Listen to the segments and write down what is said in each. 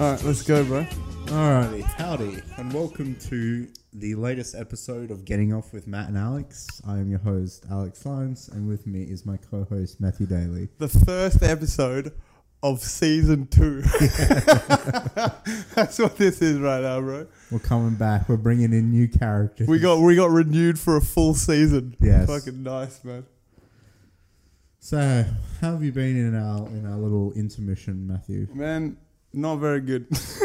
Alright, let's go, bro. Alrighty, howdy, and welcome to the latest episode of Getting Off with Matt and Alex. I am your host, Alex Lyons, and with me is my co host, Matthew Daly. The first episode of season two. That's what this is right now, bro. We're coming back, we're bringing in new characters. We got we got renewed for a full season. Yes. Fucking nice, man. So, how have you been in our in our little intermission, Matthew? Man, not very good.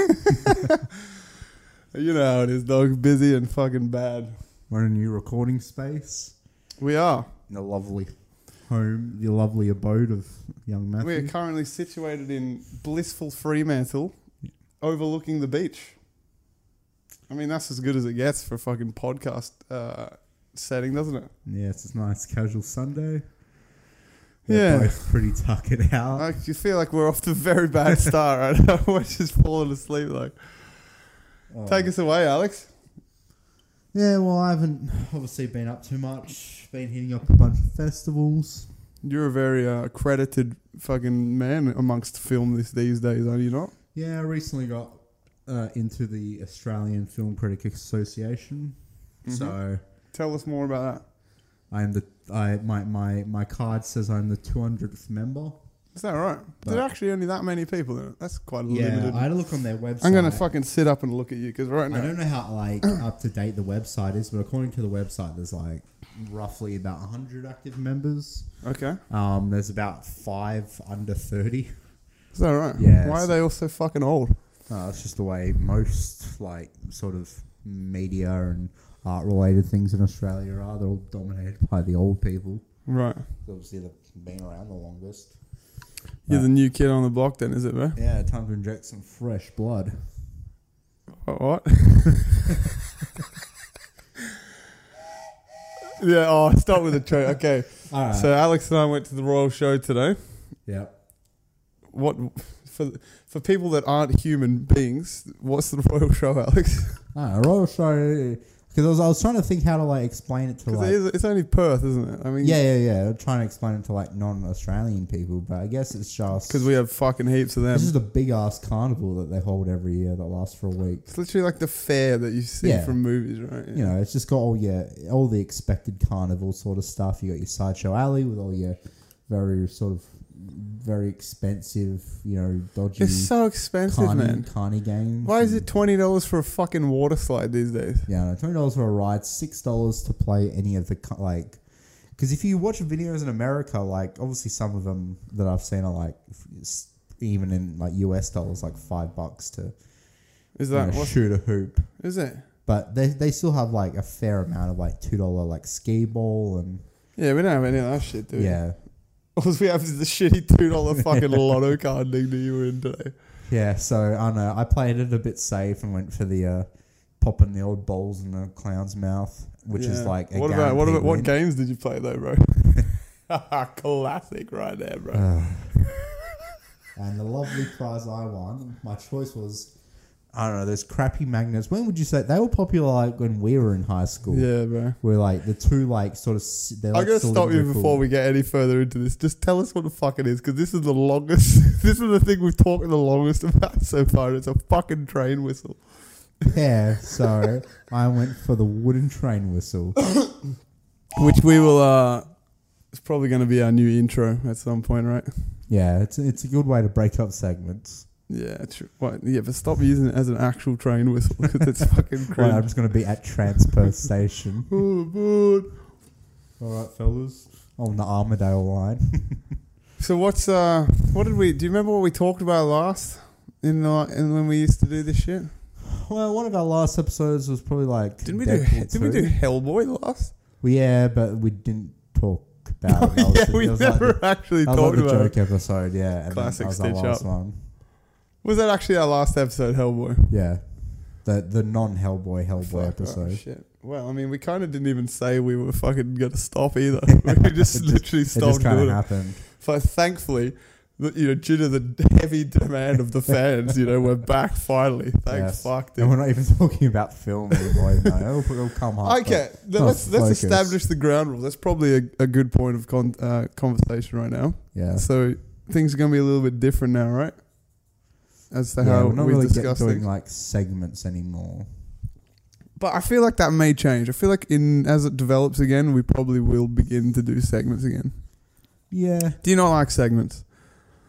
you know how it is, dog. Busy and fucking bad. We're in a new recording space We are. in a lovely home, the lovely abode of young Matthew. We are currently situated in blissful Fremantle, overlooking the beach. I mean, that's as good as it gets for a fucking podcast uh, setting, doesn't it? yes, it's a nice casual Sunday. Yeah. We're both pretty tuckered out. I you feel like we're off to a very bad start right now. We're just falling asleep. Like, Oh. take us away, Alex. Yeah, well, I haven't obviously been up too much. Been hitting up a bunch of festivals. You're a very uh, accredited fucking man amongst film this, these days, are you not? Yeah, I recently got uh, into the Australian Film Critic Association, Mm-hmm. so Tell us more about that. I am the I my my my card says I'm the 200th member. Is that right? There's But- actually only that many people in it. That's quite Yeah, limited. I had a look on their website. I'm gonna fucking sit up and look at you because right I now, don't know how like up to date the website is, but according to the website, there's like roughly about 100 active members. okay, Um, there's about five under 30. is that right? Yeah, Why are so- they all so fucking old? Uh, that's just the way most like sort of media and art related things in Australia are. They're all dominated by the old people. Right. Obviously, they've been around the longest. You're Right. the new kid on the block, then, is it, bro? Yeah, time to inject some fresh blood. What? what? yeah. Oh, start with the joke. Okay. All right. So Alex and I went to the Royal Show today. yep. What for for people that aren't human beings? What's the Royal Show, Alex? Ah, Royal Show. Because I was, I was trying to think how to like explain it to Because like. it is, it's only Perth, isn't it? I mean, yeah, yeah, yeah. I'm trying to explain it to like non-Australian people, but I guess it's just Because we have fucking heaps of them. this is a big ass carnival that they hold every year that lasts for a week. It's literally like the fair that you see Yeah. from movies, right? you know, it's just got all your all the expected carnival sort of stuff. You got your sideshow alley with all your very sort of very expensive, you know, dodgy It's so expensive, carny, man. carny games. Why is and- it twenty dollars for a fucking water slide these days? Yeah, no, twenty dollars for a ride, six dollars to play any of the co- like. Because if you watch videos in America, like obviously some of them that I've seen are like f- s- even in like US dollars, like five bucks to Is you that know, what shoot a hoop. is it? But they, they still have like a fair amount of like two dollar like skee ball and Yeah, we don't have any of that shit, do we? yeah All we have is the shitty two dollar fucking lotto card thing that you were in today. Yeah, so I don't know. I played it a bit safe and went for the uh, popping the old balls in the clown's mouth, which is Yeah. like a what about what guaranteed about what win. games did you play though, bro? Classic, right there, bro. Ugh. and the lovely prize I won. My choice was I don't know those crappy magnets. When would you say they were popular? Like when we were in high school. yeah, bro. Were like the two like sort of. s- They're I'm like gonna stop you cylindrical- before we get any further into this. Just tell us what the fuck it is, because this is the longest. this is the thing we've talked the longest about so far. It's a fucking train whistle. Yeah, so I went for the wooden train whistle. Which we will uh it's probably gonna be our new intro at some point, right? Yeah, it's it's a good way to break up segments. Yeah, true. What? Yeah, but stop using it as an actual train whistle because it's fucking Right, I'm cringe. just gonna be at Transperth Station. Oh, man. All right, fellas. On the Armadale line. So what's uh? What did we? Do you remember what we talked about last in the in when we used to do this shit? well, one of our last episodes was probably like. Didn't we do? Deadpool Did we 2. do Hellboy last? Well, yeah, but we didn't talk about it. That was- Oh, yeah, we that was never Like actually the, that was like talked the about. joke it. episode, yeah. And Classic that was our Stitch last Up. one. Was that actually our last episode, Hellboy? Yeah. The the non Hellboy Hellboy Fuck, oh, episode. shit. Well, I mean, we kind of didn't even say we were fucking gonna stop either. We just It just- literally It just stopped kind doing of it. happened. But thankfully, the, you know, due to the heavy demand of the fans, you know, we're back finally. Thanks, Yes. fuck, dude. And we're not even talking about film anymore. you know. It'll, it'll come up. Okay, then Oh, let's let's focus. establish the ground rules. That's probably a, a good point of con- uh, conversation right now. Yeah. So things are gonna be a little bit different now, right? as to Yeah, how we're not we really get discuss doing things. like segments anymore. But I feel like that may change. I feel like in as it develops again, we probably will begin to do segments again. Yeah, Do you not like segments?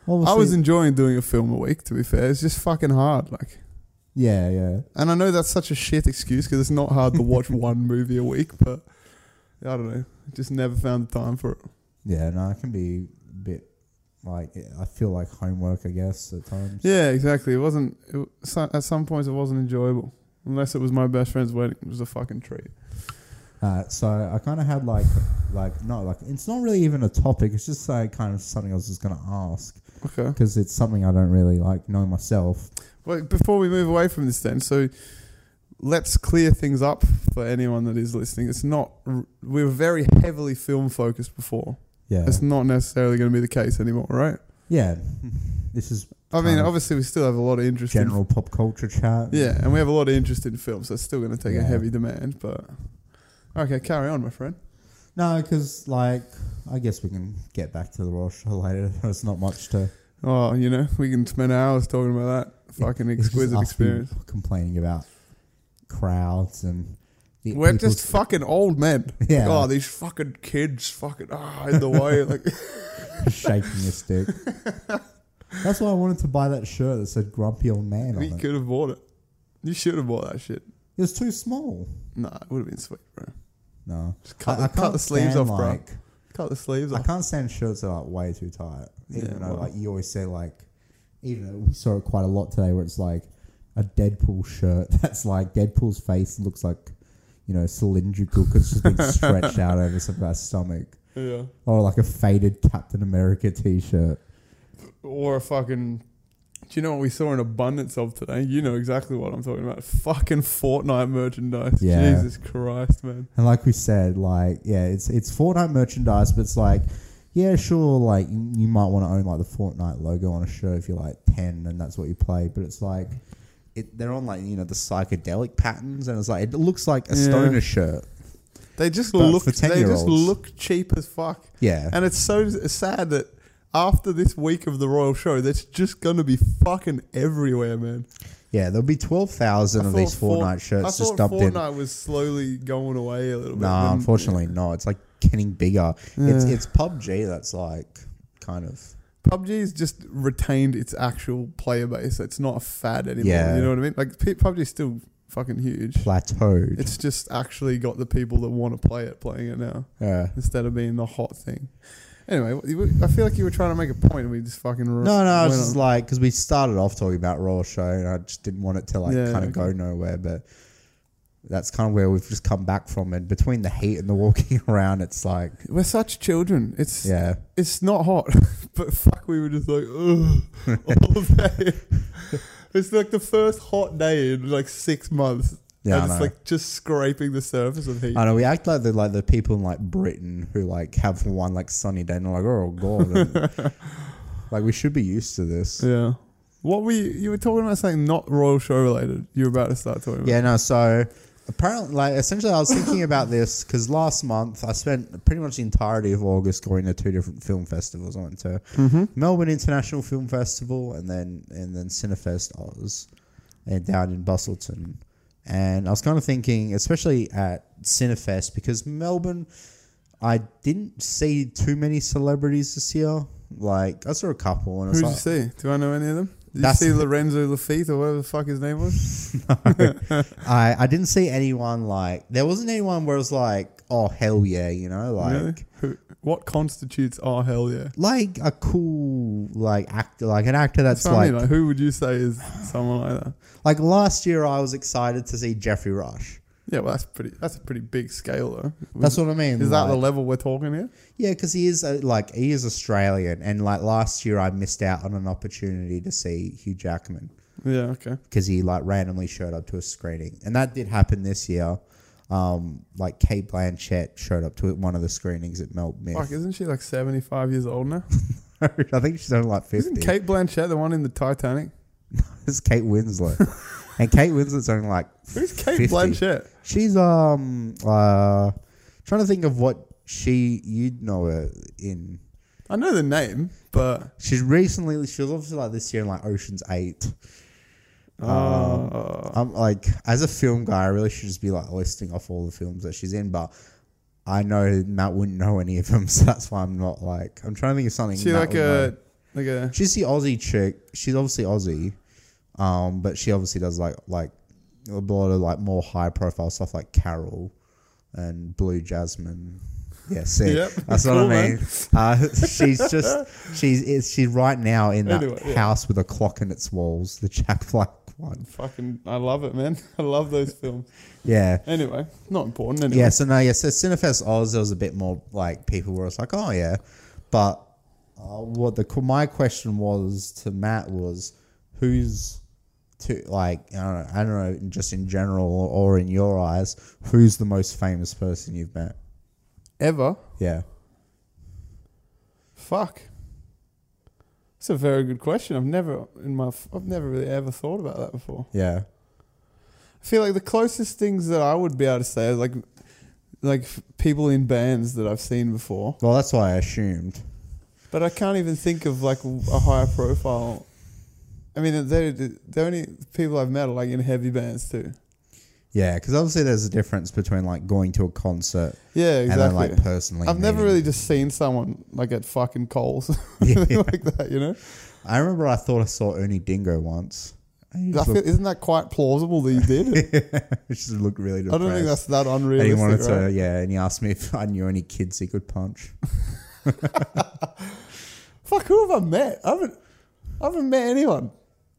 I was enjoying doing a film a week. To be fair, it's just fucking hard. Like, yeah, yeah. and I know that's such a shit excuse because it's not hard to watch one movie a week. But I don't know. I just never found the time for it. Yeah, no, it can be a bit like I feel like homework, I guess, at times. Yeah, exactly. It wasn't. It, w- so- at some points, it wasn't enjoyable unless it was my best friend's wedding. It was a fucking treat. Uh, so I kind of had like, like not like it's not really even a topic. It's just like kind of something I was just gonna ask Okay. because it's something I don't really like know myself. Well, before we move away from this, then, so let's clear things up for anyone that is listening. It's not. r- We were very heavily film focused before. Yeah, It's not necessarily going to be the case anymore, right? yeah. This is I mean, Kind of obviously, we still have a lot of interest. general pop culture In, chat. yeah, and we have a lot of interest in film, so it's still going to take a Yeah. heavy demand. But okay, carry on, my friend. No, because like I guess we can get back to the Royal Show later. There's not much to Oh, you know, we can spend hours talking about that fucking it's just exquisite us experience. people complaining about crowds and the We're people's- just fucking old men. Yeah. Oh, these fucking kids, fucking ah, in the way. Like, oh, shaking your stick. That's why I wanted to buy that shirt that said "Grumpy Old Man" on we it. could have bought it. You should have bought that shit. It was too small. Nah, it would have been sweet, bro. No, Just cut, the, cut the sleeves off, stand, bro. like- cut the sleeves I off. can't stand shirts that are like way too tight. Even Yeah, though, well. like, you always say, like, even though we saw it quite a lot today, where it's like a Deadpool shirt that's like Deadpool's face looks like, you know, cylindrical because it's just been stretched out over some guy's stomach, Yeah. or like a faded Captain America T-shirt. Or a fucking. Do you know what we saw an abundance of today? You know exactly what I'm talking about. Fucking Fortnite merchandise. Yeah. Jesus Christ, man. And like we said, like yeah, it's it's Fortnite merchandise, but it's like yeah, sure, like you, you might want to own like the Fortnite logo on a shirt if you're like ten and that's what you play, but it's like it, they're on like you know the psychedelic patterns, and it's like it looks like a Yeah. stoner shirt. They just But look. for They just 10-year-olds. look cheap as fuck. Yeah, And it's so sad that after this week of the Royal Show, that's just going to be fucking everywhere, man. yeah, there'll be twelve thousand of these Fort- Fortnite I shirts thought just dumped in. Fortnite was slowly going away a little bit. No, Then- unfortunately not. It's like getting bigger. It's Yeah. it's PUBG that's like kind of PUBG's just retained its actual player base. It's not a fad anymore. Yeah. You know what I mean? Like P- PUBG's still fucking huge. plateaued. It's just actually got the people that want to play it playing it now yeah. instead of being the hot thing. Anyway, what- you- I feel like you were trying to make a point and we just fucking ru- No, no, it's went just on. like because we started off talking about Royal Show, and I just didn't want it to like Yeah, kind okay. of go nowhere. But that's kind of where we've just come back from. And between the heat and the walking around, it's like, we're such children. It's yeah, it's not hot, but fuck, we were just like, ugh, all day. it's like the first hot day in like six months. yeah, and I it's know. like just scraping the surface of heat. I know. We act like the like the people in like Britain who like have one like sunny day, and they're like, oh god, and- like we should be used to this. Yeah. What were you, you were talking about something not Royal Show related. You were about to start talking about. Yeah, no. So apparently, like, essentially, I was thinking about this because last month I spent pretty much the entirety of August going to two different film festivals. I went to Melbourne International Film Festival and then and then Cinefest Oz, and down in Bustleton. And I was kind of thinking, especially at Cinefest, because Melbourne, I didn't see too many celebrities this year. Like I saw a couple, and I Who was did you like, see? Do I know any of them? Did you That's see the- Lorenzo Lafitte or whatever the fuck his name was? I, I didn't see anyone like there wasn't anyone where it was like oh hell yeah you know like Really? Who, what constitutes our hell yeah? like a cool like actor like an actor that's, That's what I like mean. Like, who would you say is someone like that? like last year I was excited to see Jeffrey Rush Yeah, well, that's pretty. That's a pretty big scale, though. that's what I mean Is that the like- level we're talking here? yeah because he is uh like he is Australian and like last year I missed out on an opportunity to see Hugh Jackman Yeah. Okay. because he like randomly showed up to a screening, and that did happen this year. Um, like Kate Blanchett showed up to one of the screenings at Melt Myth. Fuck, isn't she like seventy-five years old now? I think she's only like 50 Isn't Kate Blanchett the one in the Titanic? It's Kate Winslet. and Kate Winslet's only like Who's Kate 50. Blanchett? She's um uh trying to think of what she you'd know her in. I know the name, but She's recently, she was obviously like this year in like Ocean's Eight. Oh, Um, uh, I'm like, as a film guy, I really should just be like listing off all the films that she's in, but I know Matt wouldn't know any of them, so that's why I'm not like, I'm trying to think of something. she Matt like would know. a like a She's the Aussie chick. She's obviously Aussie, um, but she obviously does like like a lot of like more high profile stuff like Carol and Blue Jasmine. Yeah, see, Yep, that's what cool, I mean. Uh, she's just she's is she's right now in that Anyway, yeah. house with a clock in its walls, the Jack Black one. fucking. I love it, man. I love those films. Yeah. Anyway, not important. Anyway. Yeah, so no, yeah, so Cinefest Oz, there was a bit more like people were just like, oh yeah, but uh, what the qu- my question was to Matt was, who's to like I don't know, I don't know, just in general or, or in your eyes, who's the most famous person you've met? Ever. Yeah, Fuck. That's a very good question. I've never in my f- I've never really ever thought about that before. yeah, I feel like the closest things that I would be able to say is like like f- people in bands that I've seen before, well, that's what I assumed. but I can't even think of like a higher profile. I mean, they the only people I've met are like in heavy bands too. Yeah, because obviously there's a difference between like going to a concert Yeah, and then exactly. like personally. I've never meeting really just seen someone like at fucking Coles like that, you know. I remember I thought I saw Ernie Dingo once. He I just feel, looked, isn't that quite plausible that you did? he just looked really I depressed. don't think that's that And he unrealistic. wanted right? to, yeah, and he asked me if I knew any kids he could punch. Fuck, who have I met? I haven't, I haven't met anyone.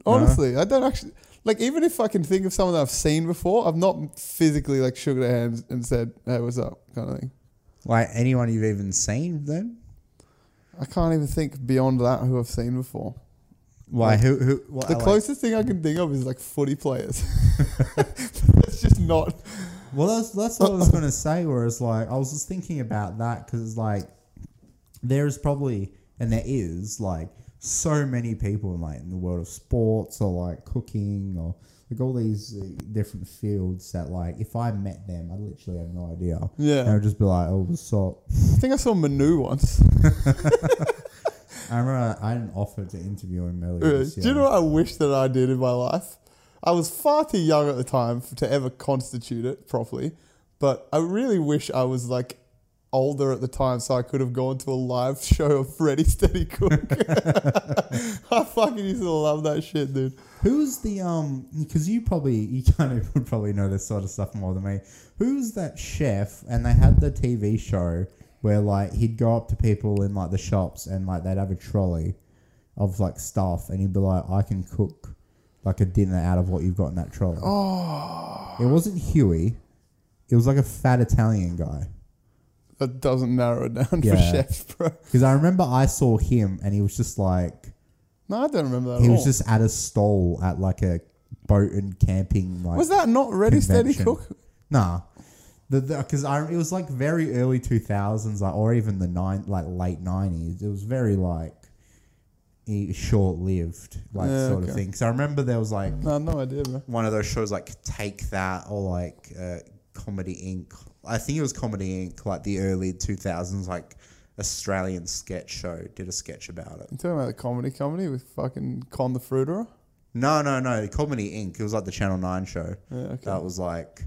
Honestly, I don't actually like. Even if I can think of someone that I've seen before, I've not physically like shook their hands and said, "Hey, what's up?" kind of thing. Like anyone you've even seen then? I can't even think beyond that who I've seen before. Why? Who? who what, The like- closest thing I can think of is like footy players. it's just not. well, that's that's what I was gonna say. Whereas, like, I was just thinking about that because, like, there is probably and there is like so many people in like in the world of sports or like cooking or like all these uh, different fields that like if I met them, I literally have no idea. Yeah. and I would just be like, oh, what's up? I think I saw Manu once. I remember I had an offer to interview him earlier. Do this you year. know what I wish that I did in my life? I was far too young at the time f- to ever constitute it properly, but I really wish I was like older at the time so I could have gone to a live show of Freddy Steady Cook. I fucking used to love that shit, dude. Who's the um? Because you probably you kind of would probably know this sort of stuff more than me. Who's that chef? And they had the TV show where like he'd go up to people in like the shops and like they'd have a trolley of like stuff, and he'd be like, "I can cook like a dinner out of what you've got in that trolley." Oh, it wasn't Huey. It was like a fat Italian guy. That doesn't narrow it down for Yeah. chefs, bro. Because I remember I saw him and he was just like No, I don't remember that he at was all. just at a stall at like a boat and camping like was that not Ready Steady convention. Cook? Nah, the because I it was like very early two thousands, like or even the nine like late nineties. It was very like short lived, like Yeah, sort of okay. thing. So I remember there was like No, no idea, bro. one of those shows like Take That or like uh, Comedy Inc. I think it was Comedy Inc. Like the early two thousands, like Australian sketch show did a sketch about it. You talking about the comedy comedy with fucking Con the Fruiterer? No, no, no, Comedy Inc. It was like the Channel Nine show. Yeah, okay. That was like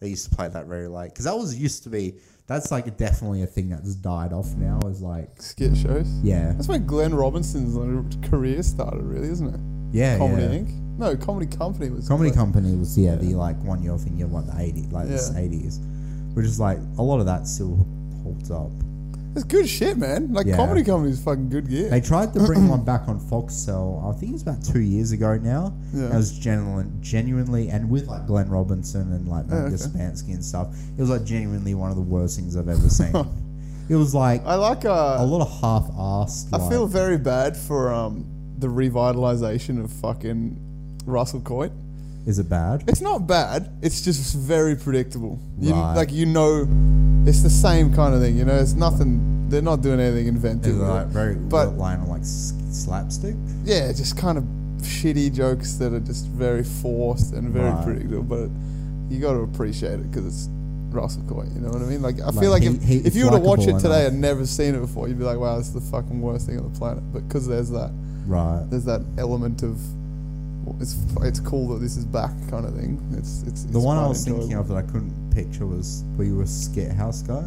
they used to play that very late because that was used to be. That's like definitely a thing that's died off now. Is like Skit shows. yeah, That's where Glenn Robinson's like, career started, really, isn't it? yeah, Comedy yeah. Inc. No, Comedy Company was Comedy Glenn- Company was yeah, the like one year thing of like the eighty like the Yeah. eighties, which is like a lot of that still holds up. It's good shit, man. Like Yeah. Comedy Company's fucking good gear. They tried to bring one back on Foxtel. I think it was about two years ago now. Yeah. It was genuine, genuinely, and with like Glenn Robinson and like Magda okay. Spansky and stuff. It was like genuinely one of the worst things I've ever seen. it was like I like. a Uh, lot of half-assed. I like- feel very bad for um the revitalization of fucking Russell Coit. is it bad? It's not bad. It's just very predictable. You, Right. Like you know, it's the same kind of thing. You know, it's nothing. They're not doing anything inventive. Is it with it. like very But- line on like s- slapstick? yeah, just kind of shitty jokes that are just very forced and very Right. predictable. But you got to appreciate it because it's Russell Coy. You know what I mean? Like I Like, feel like he- if, he- if you were to likable watch it enough. today and never seen it before, you'd be like, wow, it's the fucking worst thing on the planet. But because there's that Right. there's that element of well, it's it's cool that this is back kind of thing. It's it's, it's The one I quite was thinking enjoyable. of that I couldn't picture was where you were a skate house guy.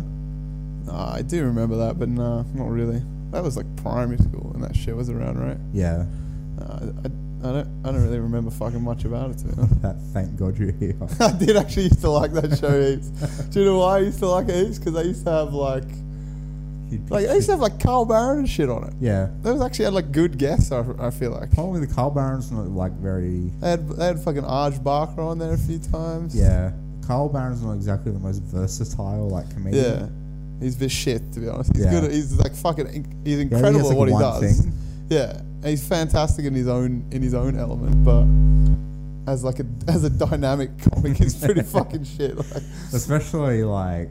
Nah, I do remember that, but nah, not really. That was like primary school and that shit was around, right? Yeah. Nah, I, I, I don't I don't really remember fucking much about it. To be honest. that thank God you're here. I did actually used to like that show heaps. Do you know why I used to like it heaps? Because I used to have like, You'd like I picture- used to have like Carl Baron and shit on it. yeah. That was actually had like good guests. I, I feel like Probably the Carl Baron's not like very. they had they had fucking Arj Barker on there a few times. Yeah. Carl Baron's not exactly the most versatile like comedian. yeah. He's this shit to be honest. He's Yeah. good. At, he's like fucking. in- He's Yeah, I think incredible that's, at like, what he one does. thing. Yeah, and he's fantastic in his own in his own element, but as like a as a dynamic comic, he's pretty fucking shit. Like, Especially like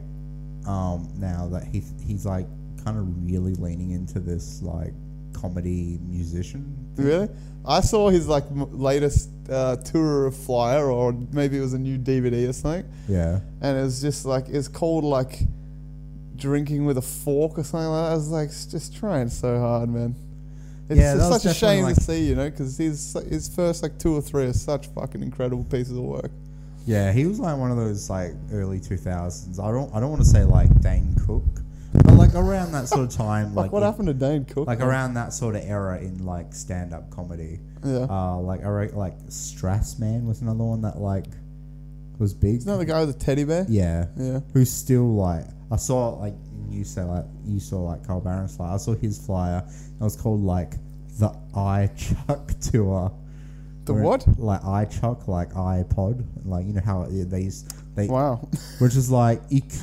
um, now that he he's like kind of really leaning into this like comedy musician. Really? I saw his like m- latest uh, tour of Flyer, or maybe it was a new DVD or something, Yeah. and it was just like it's called like drinking with a fork or something like that. I was like, it's just trying so hard, man. It's Yeah, just that was such a definitely, shame like- to see, you know, because his his first like two or three are such fucking incredible pieces of work. Yeah, he was like one of those like early two thousands. I don't I don't want to say like Dane Cook, but like around that sort of time, Like, like what in- happened to Dane Cook? Like around that sort of era in like stand up comedy. yeah, Uh, like I wrote like Strassman was another one that like was big. isn't that the guy with the teddy bear? yeah, Yeah. who's still like I saw like you say like you saw like Carl Barron's flyer. I saw his flyer. It was called like the I Chuck tour. The Where- what? Like I Chuck, like iPod, like you know how it- they used, they Wow. which is like you c-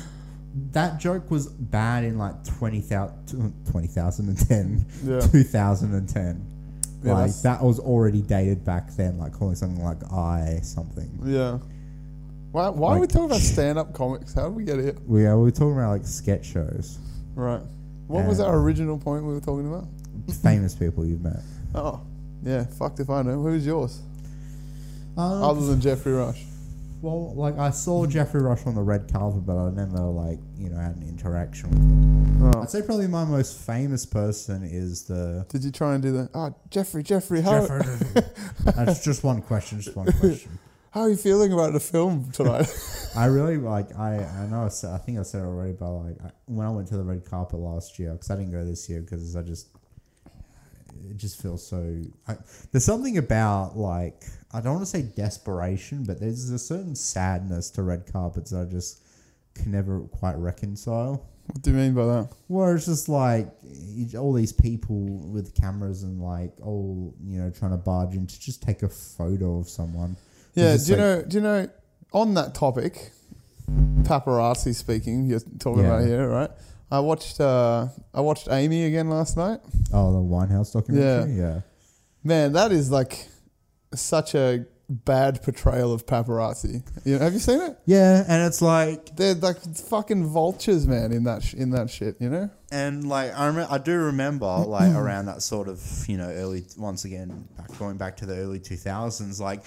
that joke was bad in like 20,000 2010 Yeah. 2010 Yeah, like that's- that was already dated back then like calling something like i something yeah. Why, why are we Like- talking about stand-up comics? How did we get here? we are we were talking about like sketch shows Right. What was And- our original point we were talking about? famous people you've met Oh, yeah. Fucked if I know. Who's yours? um, Other than Jeffrey Rush. well like i saw jeffrey rush on the red carpet but i never like you know had an interaction with him Oh. i'd say probably my most famous person is the Did you try and do that? Oh, Jeffrey, Jeffrey, how Jeffrey. that's just one question just one question how are you feeling about the film tonight? I really like. I I know. I, said, I think I said it already, but like I, when I went to the red carpet last year, because I didn't go this year, because I just it just feels so. I, there's something about like I don't want to say desperation, but there's a certain sadness to red carpets that I just can never quite reconcile. what do you mean by that? Where it's just like you- all these people with cameras and like all you know trying to barge in to just take a photo of someone. Yeah. It's Do you just like- know? Do you know? On that topic, paparazzi speaking. You're talking Yeah. about here, right? I watched. Uh, I watched Amy again last night. Oh, the Winehouse documentary. yeah. Man, that is like such a bad portrayal of paparazzi. You know, have you seen it? Yeah, and it's like, They're like fucking vultures, man. In that sh- in that shit, you know. and like I remember, I do remember like around that sort of you know early once again back going back to the early two thousands, like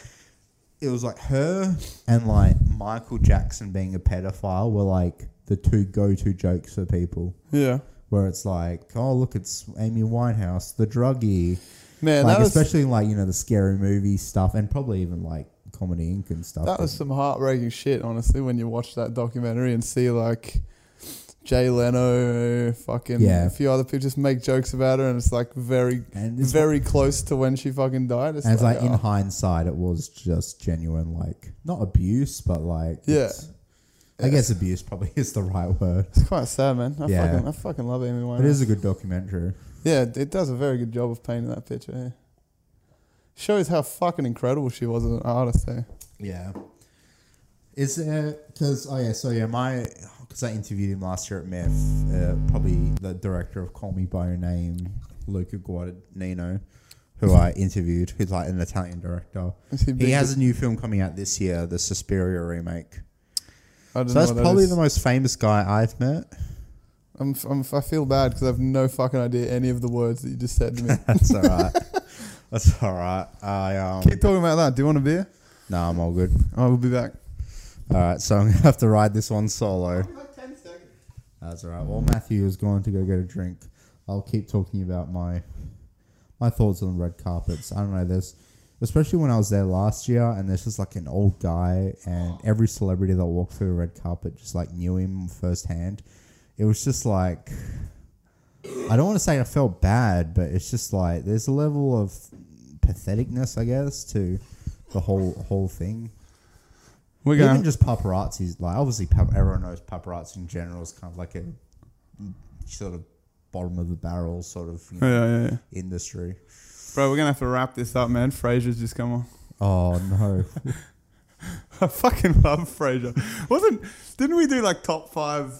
it was like her and like Michael Jackson being a pedophile were like the two go to jokes for people, Yeah. where it's like, oh look, it's Amy Winehouse, the druggie, Man, like that was especially in like you know the scary movie stuff, and probably even like Comedy Inc and stuff. that was some heartbreaking shit, honestly, when you watch that documentary and see like Jay Leno, fucking Yeah. a few other people just make jokes about her, and it's like very, and it's, very close to when she fucking died. It's and it's like in oh. hindsight, it was just genuine, like not abuse, but like Yeah. it's- I guess abuse probably is the right word. it's quite sad, man. I Yeah. fucking, I fucking love Amy Winehouse. It is a good documentary. Yeah, it does a very good job of painting that picture. Yeah. Shows how fucking incredible she was as an artist. Eh? Yeah. Is there because oh yeah so yeah my because I interviewed him last year at MEF, uh, probably the director of Call Me by Your Name, Luca Guadagnino, who I interviewed, who's like an Italian director. Is he He big? has a new film coming out this year, the Suspiria remake. I don't So know that's what that probably is. the most famous guy I've met. I'm, f- I'm, f- I feel bad because I have no fucking idea any of the words that you just said to me. That's all right. That's all right. I um. Keep talking about that. Do you want a beer? No, I'm all good. I will be back. All right, so I'm gonna have to ride this one solo. Like 10 seconds. That's all right. Well, Matthew is going to go get a drink. I'll keep talking about my my thoughts on red carpets. I don't know. There's especially when I was there last year, and there's just like an old guy, and every celebrity that walked through a red carpet just like knew him firsthand. It was just like I don't want to say I felt bad, but it's just like there's a level of patheticness, I guess, to the whole whole thing. We're Even going. just paparazzi's like obviously pap- everyone knows paparazzi in general is kind of like a sort of bottom of the barrel sort of you know, yeah, yeah, yeah. industry. Bro, we're going to have to wrap this up, man. Frasier's just come on. Oh no! I fucking love Frasier. Wasn't didn't we do like top five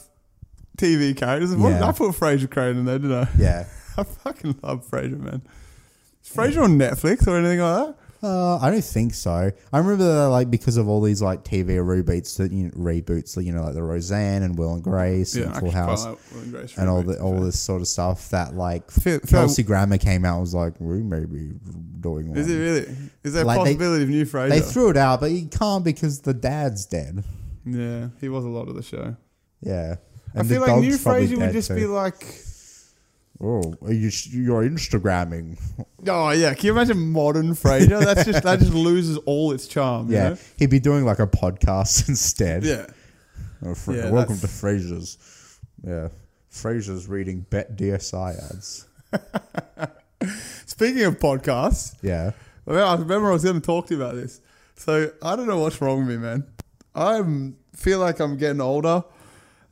TV characters? What- Yeah. I put Frasier Crane in there, didn't I? yeah, I fucking love Frasier, man. Is Frasier on Netflix or anything like that? uh, I don't think so. I remember that, like because of all these like TV reboots that you know, reboots, you know, like the Roseanne and Will and Grace and I Full actually quite House like Will and Grace and all Roberts, the all but- this sort of stuff that like Fair- fair- Kelsey Grammer came out and was like we may be doing one. Is it really? Is there a Like, they- possibility of new they Frasier? threw it out, but you can't because the dad's dead. yeah, he was a lot of the show. Yeah. I feel like new Frasier would just be like, oh, are you, you're Instagramming. oh yeah, can you imagine modern Frasier? That's just that just loses all its charm. Yeah. you know? He'd be doing like a podcast instead. yeah. Oh, Fra- Yeah, welcome to that's- Frasier's. Yeah. Frasier's reading Bet DSI ads. Speaking of podcasts, Yeah. Well, I remember I was going to talk to you about this. So I don't know what's wrong with me, man. I am feel like I'm getting older,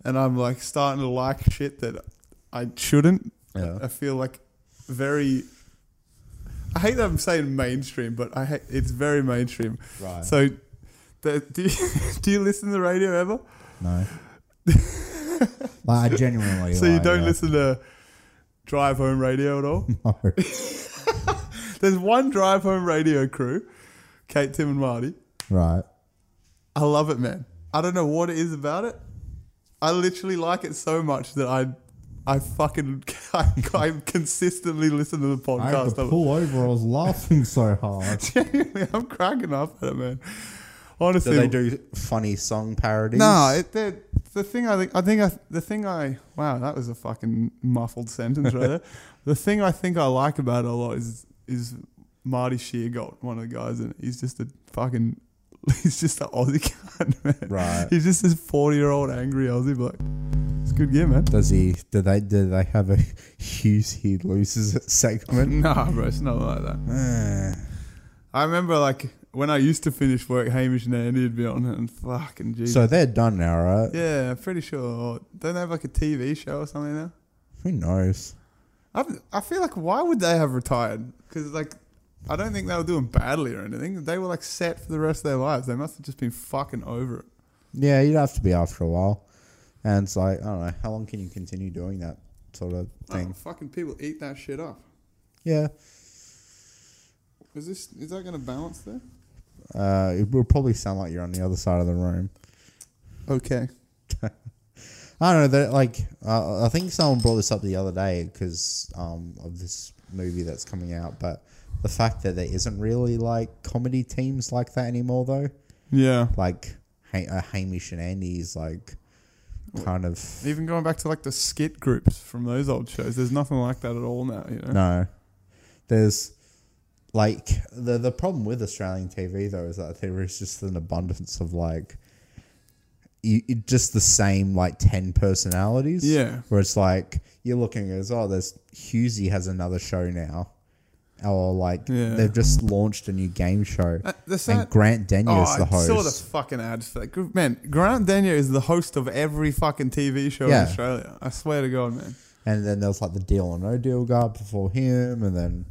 and I'm like starting to like shit that I shouldn't. Yeah. I feel like very. I hate that I'm saying mainstream, but I hate, it's very mainstream. Right. So, the, do you, do you listen to the radio ever? no. like, I genuinely. so you like, don't yeah. Oh, listen to drive home radio at all. No. There's one drive home radio crew, Kate, Tim, and Marty. right. I love it, man. I don't know what it is about it. I literally like it so much that I, I fucking, I, I consistently listen to the I had podcast. to I'm, pull over. I was laughing so hard. genuinely, I'm cracking up at it, man. Honestly, do funny song parodies? no. It, the the thing I think I think I the thing I wow that was a fucking muffled sentence right there. The thing I think I like about it a lot is is Marty Sheargold, one of the guys, and he's just a fucking. He's just an Aussie cunt, man. Right. He's just this forty-year-old angry Aussie bloke. It's good gear, man. Does he? Do they? Do they have a Hughes he loses it segment? Nah, bro, it's not like that. Eh. I remember, like, when I used to finish work, Hamish and Andy would be on, and fucking Jesus. so they're done now, right? yeah, I'm pretty sure. Don't they have like a TV show or something now? Who knows? I I feel like why would they have retired? Because like I don't think they were doing badly or anything. They were like set for the rest of their lives. They must have just been fucking over it. Yeah, you'd have to be after a while. And it's like, I don't know, how long can you continue doing that sort of Oh, thing? fucking people eat that shit up. Yeah, Is this is that going to balance there? uh, it will probably sound like you're on the other side of the room. Okay. I don't know. They're like, uh, I think someone brought this up the other day because um, of this movie that's coming out. But the fact that there isn't really like comedy teams like that anymore, though, Yeah. like ha- uh, Hamish and Andy is like kind of Even going back to like the skit groups from those old shows, there's nothing like that at all now. You know. no. There's like the the problem with Australian TV though is that there is just an abundance of like you, you- just the same like ten personalities. Yeah. where it's like you're looking as oh, there's Husey has another show now, or like Yeah. they've just launched a new game show. Uh, the sad- Oh, and Grant Denyer is the I host. saw the fucking ads for that. group. Man, Grant Denyer is the host of every fucking TV show Yeah. in Australia. I swear to God, man. And then there was like the deal or no deal guy before him, and then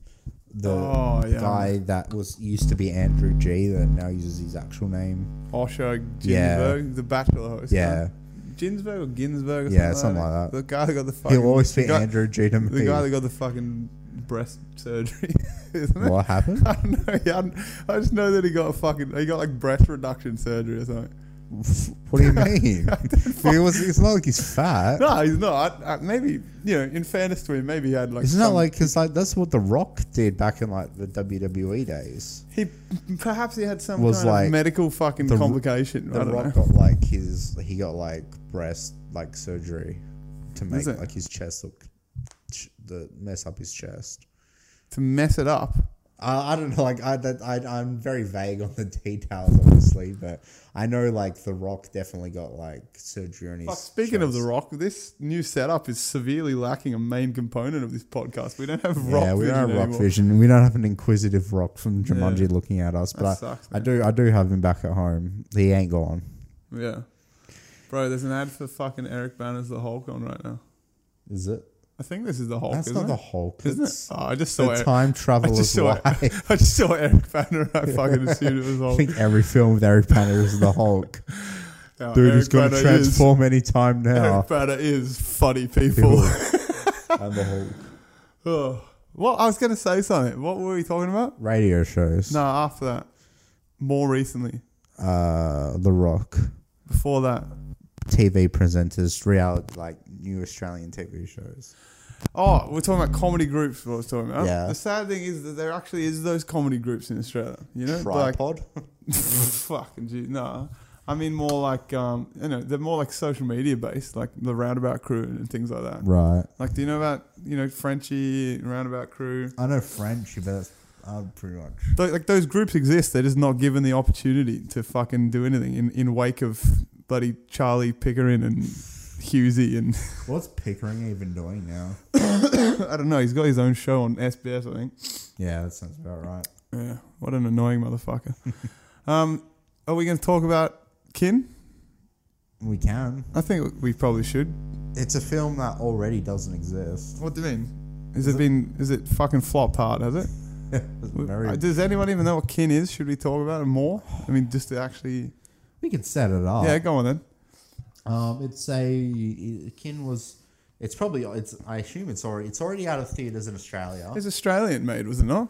the Oh, yeah. guy that was used to be Andrew G that now uses his actual name. Osho Ginsberg, Yeah. the Bachelor host. Yeah, Ginsberg or Ginsberg? Or Yeah, something, something like The guy that got the fucking. he'll always be the guy, Andrew G to The me. guy that got the fucking breast surgery, isn't it? What happened? I don't know. Yeah, I I just know that he got a fucking. He got like breast reduction surgery or something. What do you mean? He was, it's not like he's fat. No, he's not. Uh, maybe you know. In fairness to him, maybe he had like. Isn't that some- like because like that's what The Rock did back in like the WWE days? he? Perhaps he had some Was kind like of medical fucking the- complication. I The don't Rock know. got like his he got like breast like surgery to make it? like his chest look ch- the mess up his chest. to mess it up. I, I don't know, like I, that, I I'm very vague on the details, obviously, but I know like The Rock definitely got like surgery on his. Fuck, speaking of the chest. Rock, this new setup is severely lacking a main component of this podcast. We don't have Yeah, Rock. we don't vision have rock anymore. vision. We don't have an inquisitive rock from Jumanji looking at us, but I, sucks, I do I do have him back at home. He ain't gone. Yeah, bro. There's an ad for fucking Eric Banner's The Hulk on right now. Is it? I think this is the Hulk. That's isn't not it? the Hulk. Isn't it? It's Oh, I just saw the it. time I traveler's just saw it. wife. I just saw Eric Banner. And I fucking assumed it was I Hulk. think every film with Eric Banner is the Hulk. Yeah, Dude, Eric he's going to Banner transform any time Is, now. Eric Banner is funny people. I'm the Ugh. Hulk. well, I was going to say something. What were we talking about? Radio shows. No, after that, more recently, Uh, the Rock. before that. TV presenters, reality, like new Australian TV shows. Oh, we're talking about comedy groups. What I was talking about. Yeah. The sad thing is that there actually is those comedy groups in Australia. You know, Tripod. like fucking gee, no. I mean, more like um, you know, they're more like social media based, like the Roundabout Crew and things like that. right. Like, do you know about you know Frenchie Roundabout Crew? I know French, but that's uh, pretty much. Th- like those groups exist. They're just not given the opportunity to fucking do anything in, in wake of bloody Charlie Pickering and Husey and What's Pickering even doing now? I don't know. He's got his own show on SBS, I think. Yeah, that sounds about right. Yeah, what an annoying motherfucker. um, are we going to talk about Kin? We can. I think we probably should. It's a film that already doesn't exist. What do you mean? Is, it been? Is it fucking flopped hard? Has it? It's very- Uh, Does anyone even know what Kin is? Should we talk about it more? I mean, just to actually. we can set it up. Yeah, go on then. Um, it's a Kin was. It's probably it's. I assume it's already it's already out of theaters in Australia. It's Australian made, was it not?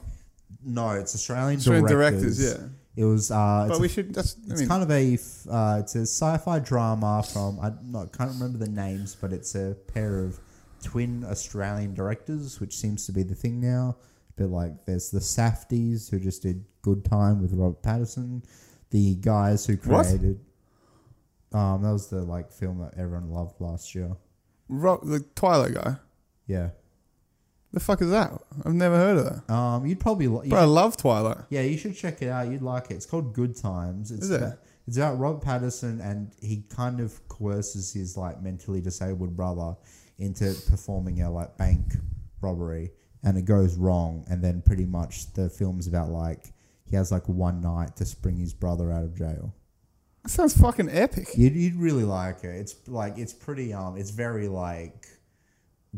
no, it's Australian, Australian directors. directors, yeah. It was. Uh, it's But a- we should. That's. I it's mean, kind of a f- uh, it's a sci-fi drama from I not can't remember the names, but it's a pair of twin Australian directors, which seems to be the thing now. But like, there's the Safdies who just did Good Time with Robert Patterson, the guys who What? created. Um, that was the like film that everyone loved last year. Ro- the Twilight guy. Yeah. The fuck is that? I've never heard of that. Um, you'd probably li- you Bro, I love Twilight. Yeah, you should check it out. You'd like it. It's called Good Times. It's Is it? About, it's about Rob Patterson, and he kind of coerces his like mentally disabled brother into performing a like bank robbery, and it goes wrong. And then pretty much the film's about like he has like one night to spring his brother out of jail. That sounds fucking epic. You'd, you'd really like it. It's like it's pretty um, it's very like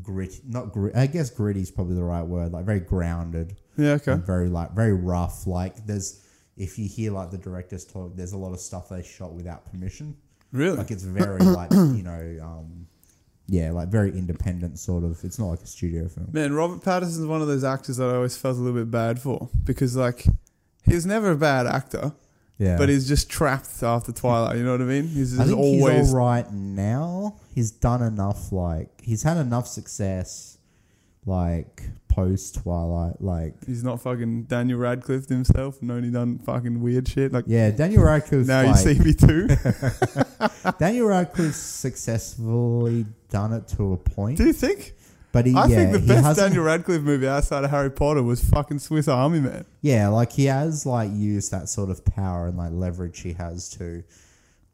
grit. Not grit. I guess gritty's probably the right word. Like very grounded Yeah, okay. and very like very rough. Like there's if you hear like the directors talk, there's a lot of stuff they shot without permission. Really? Like it's very like you know, um, yeah, like very independent sort of. It's not like a studio film. Man, Robert Patterson's one of those actors that I always felt a little bit bad for because, like, he was never a bad actor, Yeah, but he's just trapped after Twilight. You know what I mean? He's I just think always. he's all right now. He's done enough. Like he's had enough success. Like post Twilight, like He's not fucking Daniel Radcliffe himself. No, he done fucking weird shit. Like, yeah, Daniel Radcliffe. now like, you see me too. Daniel Radcliffe's successfully done it to a point, Do you think? but he, I yeah, think the he best hasn't Daniel Radcliffe movie outside of Harry Potter was fucking Swiss Army Man. Yeah, like he has like used that sort of power and like leverage he has to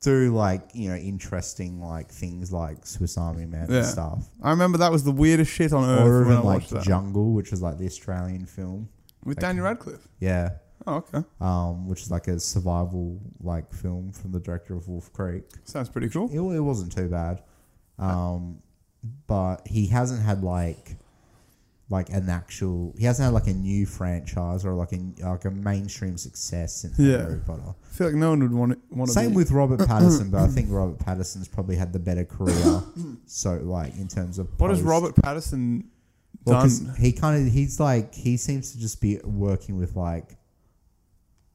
do like you know interesting like things like Swiss Army Man Yeah. and stuff, I remember that was the weirdest shit on earth or when I even like watched that Jungle, which is like the Australian film. with Daniel Radcliffe. Yeah, Oh, okay, um, which is like a survival like film from the director of Wolf Creek. sounds pretty cool. It, it wasn't too bad, um, but he hasn't had like like an actual. He hasn't had like a new franchise or like a like a mainstream success since Yeah. Harry Potter. I feel like no one would want it. Want to Same be. with Robert Patterson, but I think Robert Patterson's probably had the better career. so, like in terms of What has post- Robert Patterson Well, 'cause done? He kind of he's like he seems to just be working with like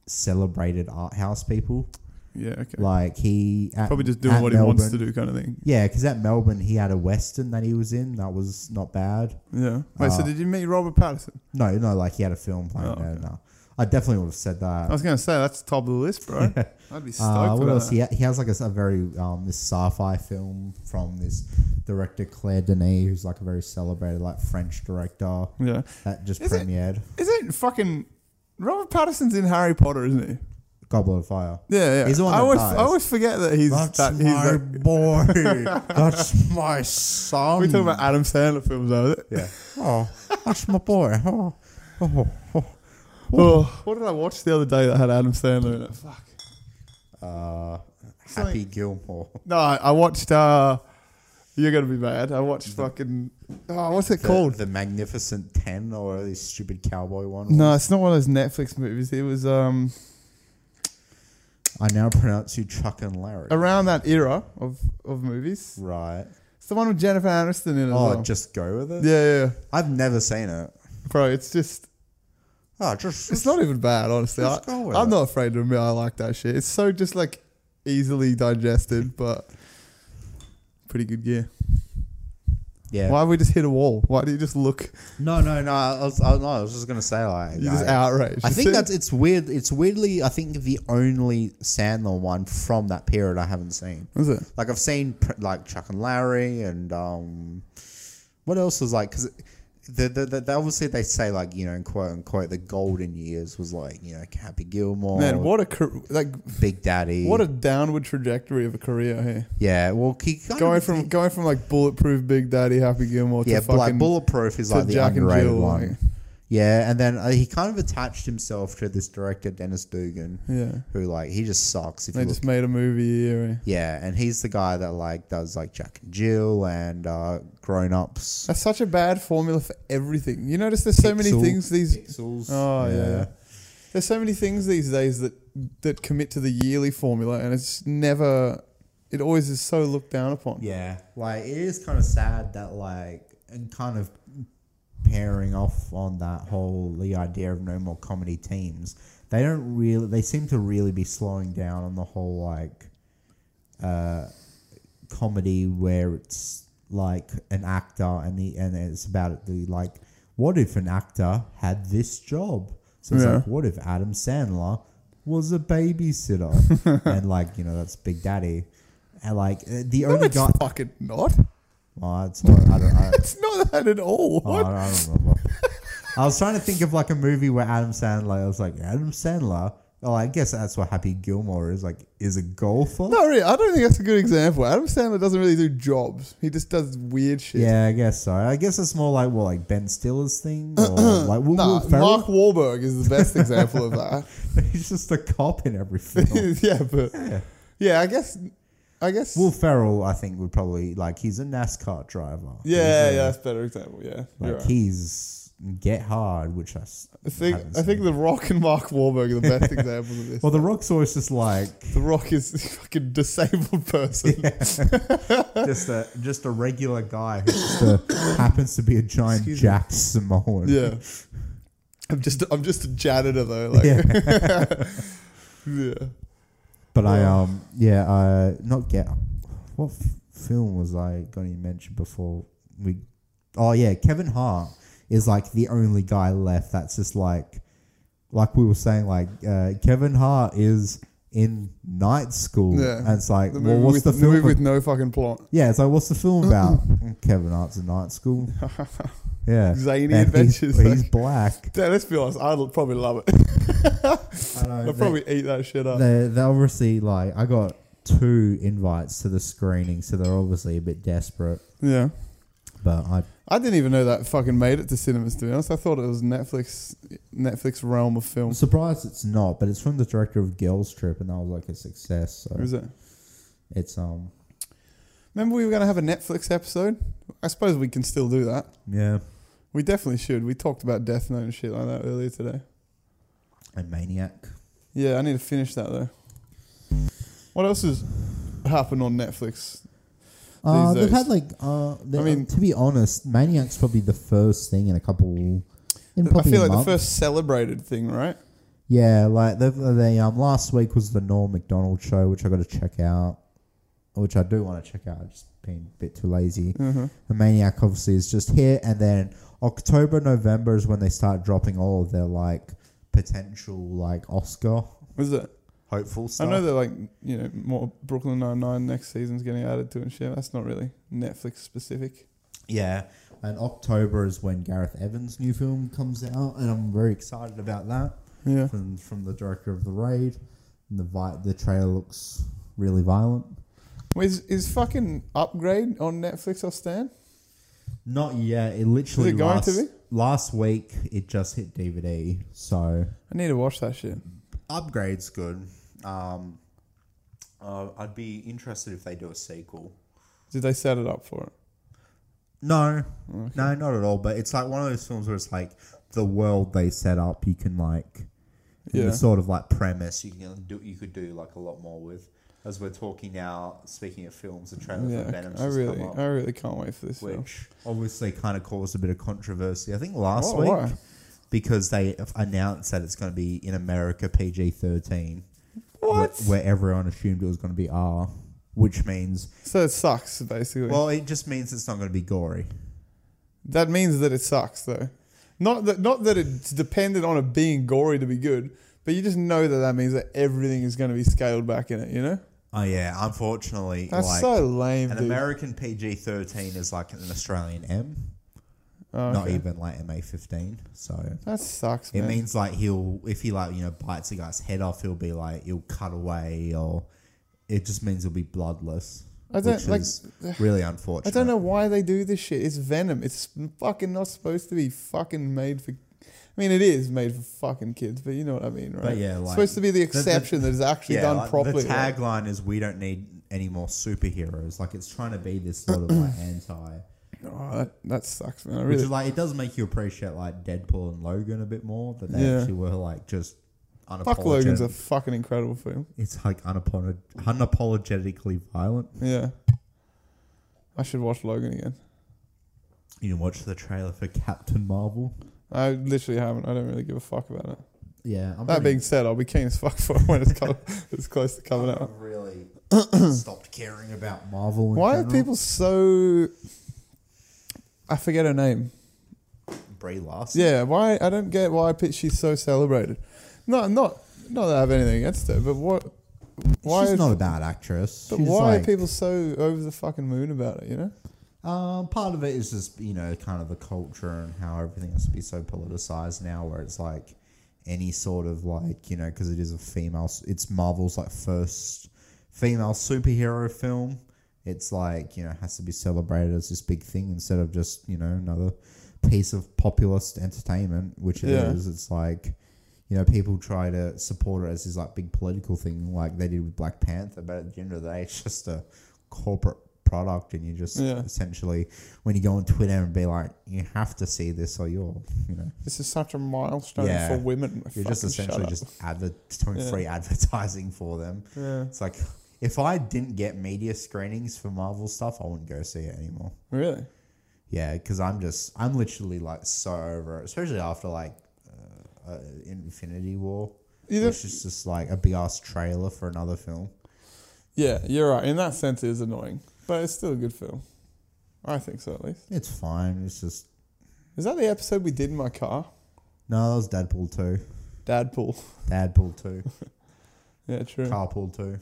celebrated art house people. Yeah, okay. Like he at, Probably just doing at what he wants to Melbourne- do, kind of thing. Yeah, because at Melbourne he had a western that he was in that was not bad. Yeah. Wait, so Ah. did you meet Robert Patterson? No, no, like he had a film playing Oh, there. okay. No, I definitely would have said I that. was gonna say that's top of the list, bro. I'd be stoked. Uh, what about else? that. He, ha- he has like a, s- a very um, this sci-fi film from this director Claire Denis, who's like a very celebrated like French director Yeah. that just Is it- premiered Isn't fucking Robert Patterson's in Harry Potter, isn't he? Goblet of Fire. Yeah, yeah. He's the one I that always, dies. I always forget that he's That's that. He's my that. boy. That's my son. We're talking about Adam Sandler films, are it? yeah. Oh, that's my boy. Oh, oh, oh. Oh, what did I watch the other day that had Adam Sandler in it? Fuck. Uh, Happy Something- Gilmore. No, I, I watched. uh You're gonna be mad. I watched fucking. Mm-hmm. Oh, what's it The, called? the Magnificent Ten or this stupid cowboy one. No, it's not one of those Netflix movies. It was um I now pronounce you Chuck and Larry. around that era of of movies. Right. It's the one with Jennifer Aniston in it. Oh, well. just go with it. yeah, yeah, yeah. I've never seen it. bro. It's just Oh, just it's not even bad, honestly. I, Just go with I'm it. not afraid to admit I like that shit. It's so just like easily digested, but pretty good gear. Yeah. Why we just hit a wall? Why do you just look? No, no, no. I was, I, no, I was just gonna say like. You just I- outraged. I You think see? that's it's weird. It's weirdly, I think the only Sandler one from that period I haven't seen. was it. Like I've seen pr- like Chuck and Larry and um, what else was like because. The, the, the, the- obviously they say like you know quote unquote the golden years was like you know Happy Gilmore Man, what a car- like Big Daddy what a downward trajectory of a career here. yeah well he kind Going of- from going from like bulletproof Big Daddy Happy Gilmore to yeah but, fucking like Bulletproof is to like the Jack and underrated Jill, one like- yeah and then uh, he kind of attached himself to this director Dennis Dugan yeah. who like he just sucks if They you look just made a movie here. eh? Yeah, and he's the guy that like does like Jack and Jill and uh, Grown Ups. That's such a bad formula for everything. You notice there's so many Pixel. things these Pixels. Oh, yeah. there's so many things these days that that commit to the yearly formula and it's never it always is so looked down upon. yeah. Like it is kind of sad that like and kind of pairing off on that whole the idea of no more comedy teams. They don't really. They seem to really be slowing down on the whole like uh, comedy where it's like an actor and the and it's about the like what if an actor had this job? So it's Yeah. like what if Adam Sandler was a babysitter and like you know that's Big Daddy and like uh, the No, only it's guy. fucking not. Oh, it's not, I don't. I, It's not that at all. oh, What? I, don't, I don't remember. I was trying to think of like a movie where Adam Sandler. I was like Adam Sandler. Oh, I guess that's what Happy Gilmore is like. Is a golfer. No, really, I don't think that's a good example. Adam Sandler doesn't really do jobs. He just does weird shit. Yeah, I guess so. I guess it's more like what, like Ben Stiller's thing, or like Will, Nah, Will Ferrell. Mark Wahlberg is the best example of that. He's just a cop in every film. yeah, but yeah. Yeah. I guess, I guess. Will Ferrell, I think, would probably like he's a NASCAR driver. yeah, He's a- yeah, that's a better example. Yeah, like you're right. he's Get Hard, which I, s- I think haven't I think seen. The Rock and Mark Wahlberg are the best examples of this. Well, The Rock's always just like the Rock is a fucking disabled person. just a just a regular guy who just a, happens to be a giant Excuse me. Jack Samoan. Yeah. I'm just I'm just a janitor though. Like, yeah. But I um yeah I not get what f- film was I going to mention before we oh yeah Kevin Hart is like the only guy left that's just like like we were saying like uh, Kevin Hart is in night school Yeah. and it's like The well movie what's with, the the film movie with- with no fucking plot. yeah it's like what's the film about Kevin Hart's in night school yeah Zany And he's, adventures. he's like- black Yeah, let's be honest. I'd probably love it. I know, I'd probably uh, eat that shit up. they they obviously like I got two invites to the screening, so they're obviously a bit desperate. Yeah. But I I didn't even know that fucking made it to cinemas. To be honest, I thought it was Netflix, Netflix realm of I'm film. surprised it's not. But it's from the director of Girls Trip, and that was like a success. Or So is it? it's um Remember we were gonna have a Netflix episode. I suppose we can still do that. yeah, We definitely should. We talked about Death Note and shit like that earlier today. a maniac. Yeah, I need to finish that though. What else has happened on Netflix? Uh, These they've days. had like uh, they- I mean- to be honest, Maniac's probably the first thing in a couple. In I probably feel a like the month. first celebrated thing, right? Yeah, like the, the um last week was the Norm Macdonald show, which I got to check out, which I do want to check out. I've just been a bit too lazy. Mm-hmm. The Maniac obviously is just here, and then October, November is when they start dropping all of their like potential like Oscar Was it? hopeful I stuff. know that like you know more Brooklyn Nine Nine next season's getting added to and shit. That's not really Netflix specific. yeah, and October is when Gareth Evans' new film comes out, and I'm very excited about that. Yeah. from from the director of the raid. And the vi- the trailer looks really violent. Is is fucking Upgrade on Netflix or Stan? Not yet. It literally Is it going last, to be? last week it just hit DVD. So I need to watch that shit. upgrade's good. Um, uh, I'd be interested if they do a sequel. Did they set it up for it? No, Okay. no, not at all. But it's like one of those films where it's like the world they set up. You can like, and Yeah. the sort of like premise you can do. You could do like a lot more with. As we're talking now, speaking of films, the trailer Yeah, for Venom's I just really, come up. I really can't wait for this. film. which obviously kind of caused a bit of controversy. I think last Oh, week why? because they have announced that it's going to be in America PG thirteen, What? where everyone assumed it was going to be R, which means So it sucks basically. well, it just means it's not going to be gory. that means that it sucks though. Not that, not that it's dependent on it being gory to be good, but you just know that that means that everything is going to be scaled back in it. You know, Oh yeah, unfortunately, that's like so lame, an dude. American PG thirteen is like an Australian M, Oh, not okay. even like MA fifteen. So. That sucks, It man. means like he'll, if he like you know bites a guy's head off, he'll be like he'll cut away, or it just means he'll be bloodless. I don't which like. is really unfortunate. I don't know why they do this shit. It's Venom. It's fucking not supposed to be fucking made for. I mean, it is made for fucking kids, but you know what I mean, right? But yeah, it's like- supposed to be the the- exception that is actually Yeah, done like, properly. The right? tagline is "We don't need any more superheroes." Like it's trying to be this sort of like anti, Oh, that, that sucks, man. I which really, is like it does make you appreciate like Deadpool and Logan a bit more that they Yeah. actually were like just unapologetic. fuck Logan's a fucking incredible film. it's like unapolog- unapologetically violent. Yeah, I should watch Logan again. You can watch the trailer for Captain Marvel. I literally haven't. I don't really give a fuck about it. Yeah, I'm That pretty- being said, I'll be keen as fuck for it when it's, co- it's close to coming out. I've really stopped caring about Marvel. in Why are general. people so? I forget her name. Brie Larson? Yeah, why I don't get why pe- she's so celebrated. No, not not that I have anything against her, but what? Why? she's is- not a bad actress. but She's why like- are people so over the fucking moon about it? You know, Um, part of it is just you know kind of the culture and how everything has to be so politicized now, where it's like any sort of like you know because it is a female, s- it's Marvel's like first female superhero film. It's like you know has to be celebrated as this big thing instead of just you know another piece of populist entertainment, which it is. Yeah. It's like you know people try to support it as this like big political thing, like they did with Black Panther, but at the end of the day, it's just a corporate product and you just Yeah. essentially when you go on Twitter and be like, you have to see this or you're, you know, this is such a milestone Yeah. for women. you're just Fucking shut essentially up. just adver- doing Yeah. free advertising for them. yeah. It's like if I didn't get media screenings for Marvel stuff, I wouldn't go see it anymore. Really? Yeah, because I'm just I'm literally like so over, it, especially after like uh, uh, Infinity War, You which is just like a big ass trailer for another film. yeah, you're right. In that sense, it is annoying, but it's still a good film. I think so, at least. It's fine. It's just Is that the episode we did in my car? no, that was Deadpool two, Dadpool. Dadpool two, Yeah, true. Carpool two.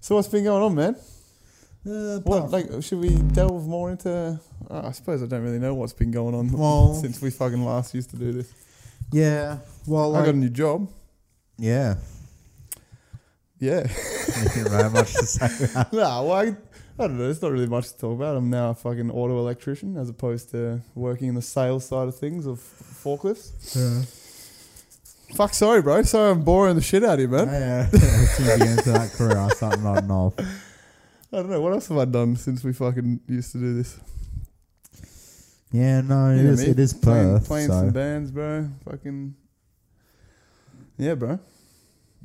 So what's been going on, man? Uh, What like should we delve more into? Uh, I suppose I don't really know what's been going on Well- since we fucking last used to do this. Yeah. Well, I like, got a new job. yeah. Yeah. Anything very much to say. about- nah, well, I, I don't know. There's not really much to talk about. I'm now a fucking auto electrician as opposed to working in the sales side of things of forklifts. Fuck, sorry, bro. Sorry, I'm boring the shit out of you, man. Yeah. As soon as you get into that career, I start nodding off. I don't know. What else have I done since we fucking used to do this? Yeah, no, You it know is. me. It is Playing- Perth. Playing, so some bands, bro. Fucking. Yeah, bro.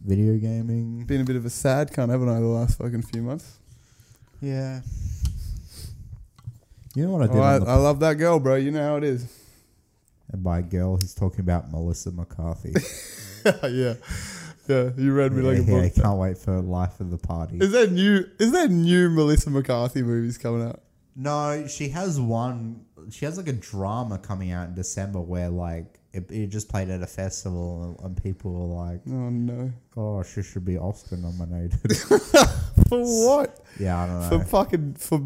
video gaming. Been a bit of a sad cunt, haven't I, the last fucking few months? Yeah. You know what I did? Oh, I, on the, I love that girl, bro. You know how it is. And by girl, he's talking about Melissa McCarthy. yeah, yeah. You read me like a yeah, book. I can't wait for Life of the Party. Is there new? Is there new Melissa McCarthy movies coming out? No, she has one. She has like a drama coming out in December where like it, it just played at a festival and, and people were like, Oh no! "Oh, she should be Oscar nominated." For what? yeah, I don't know. For fucking for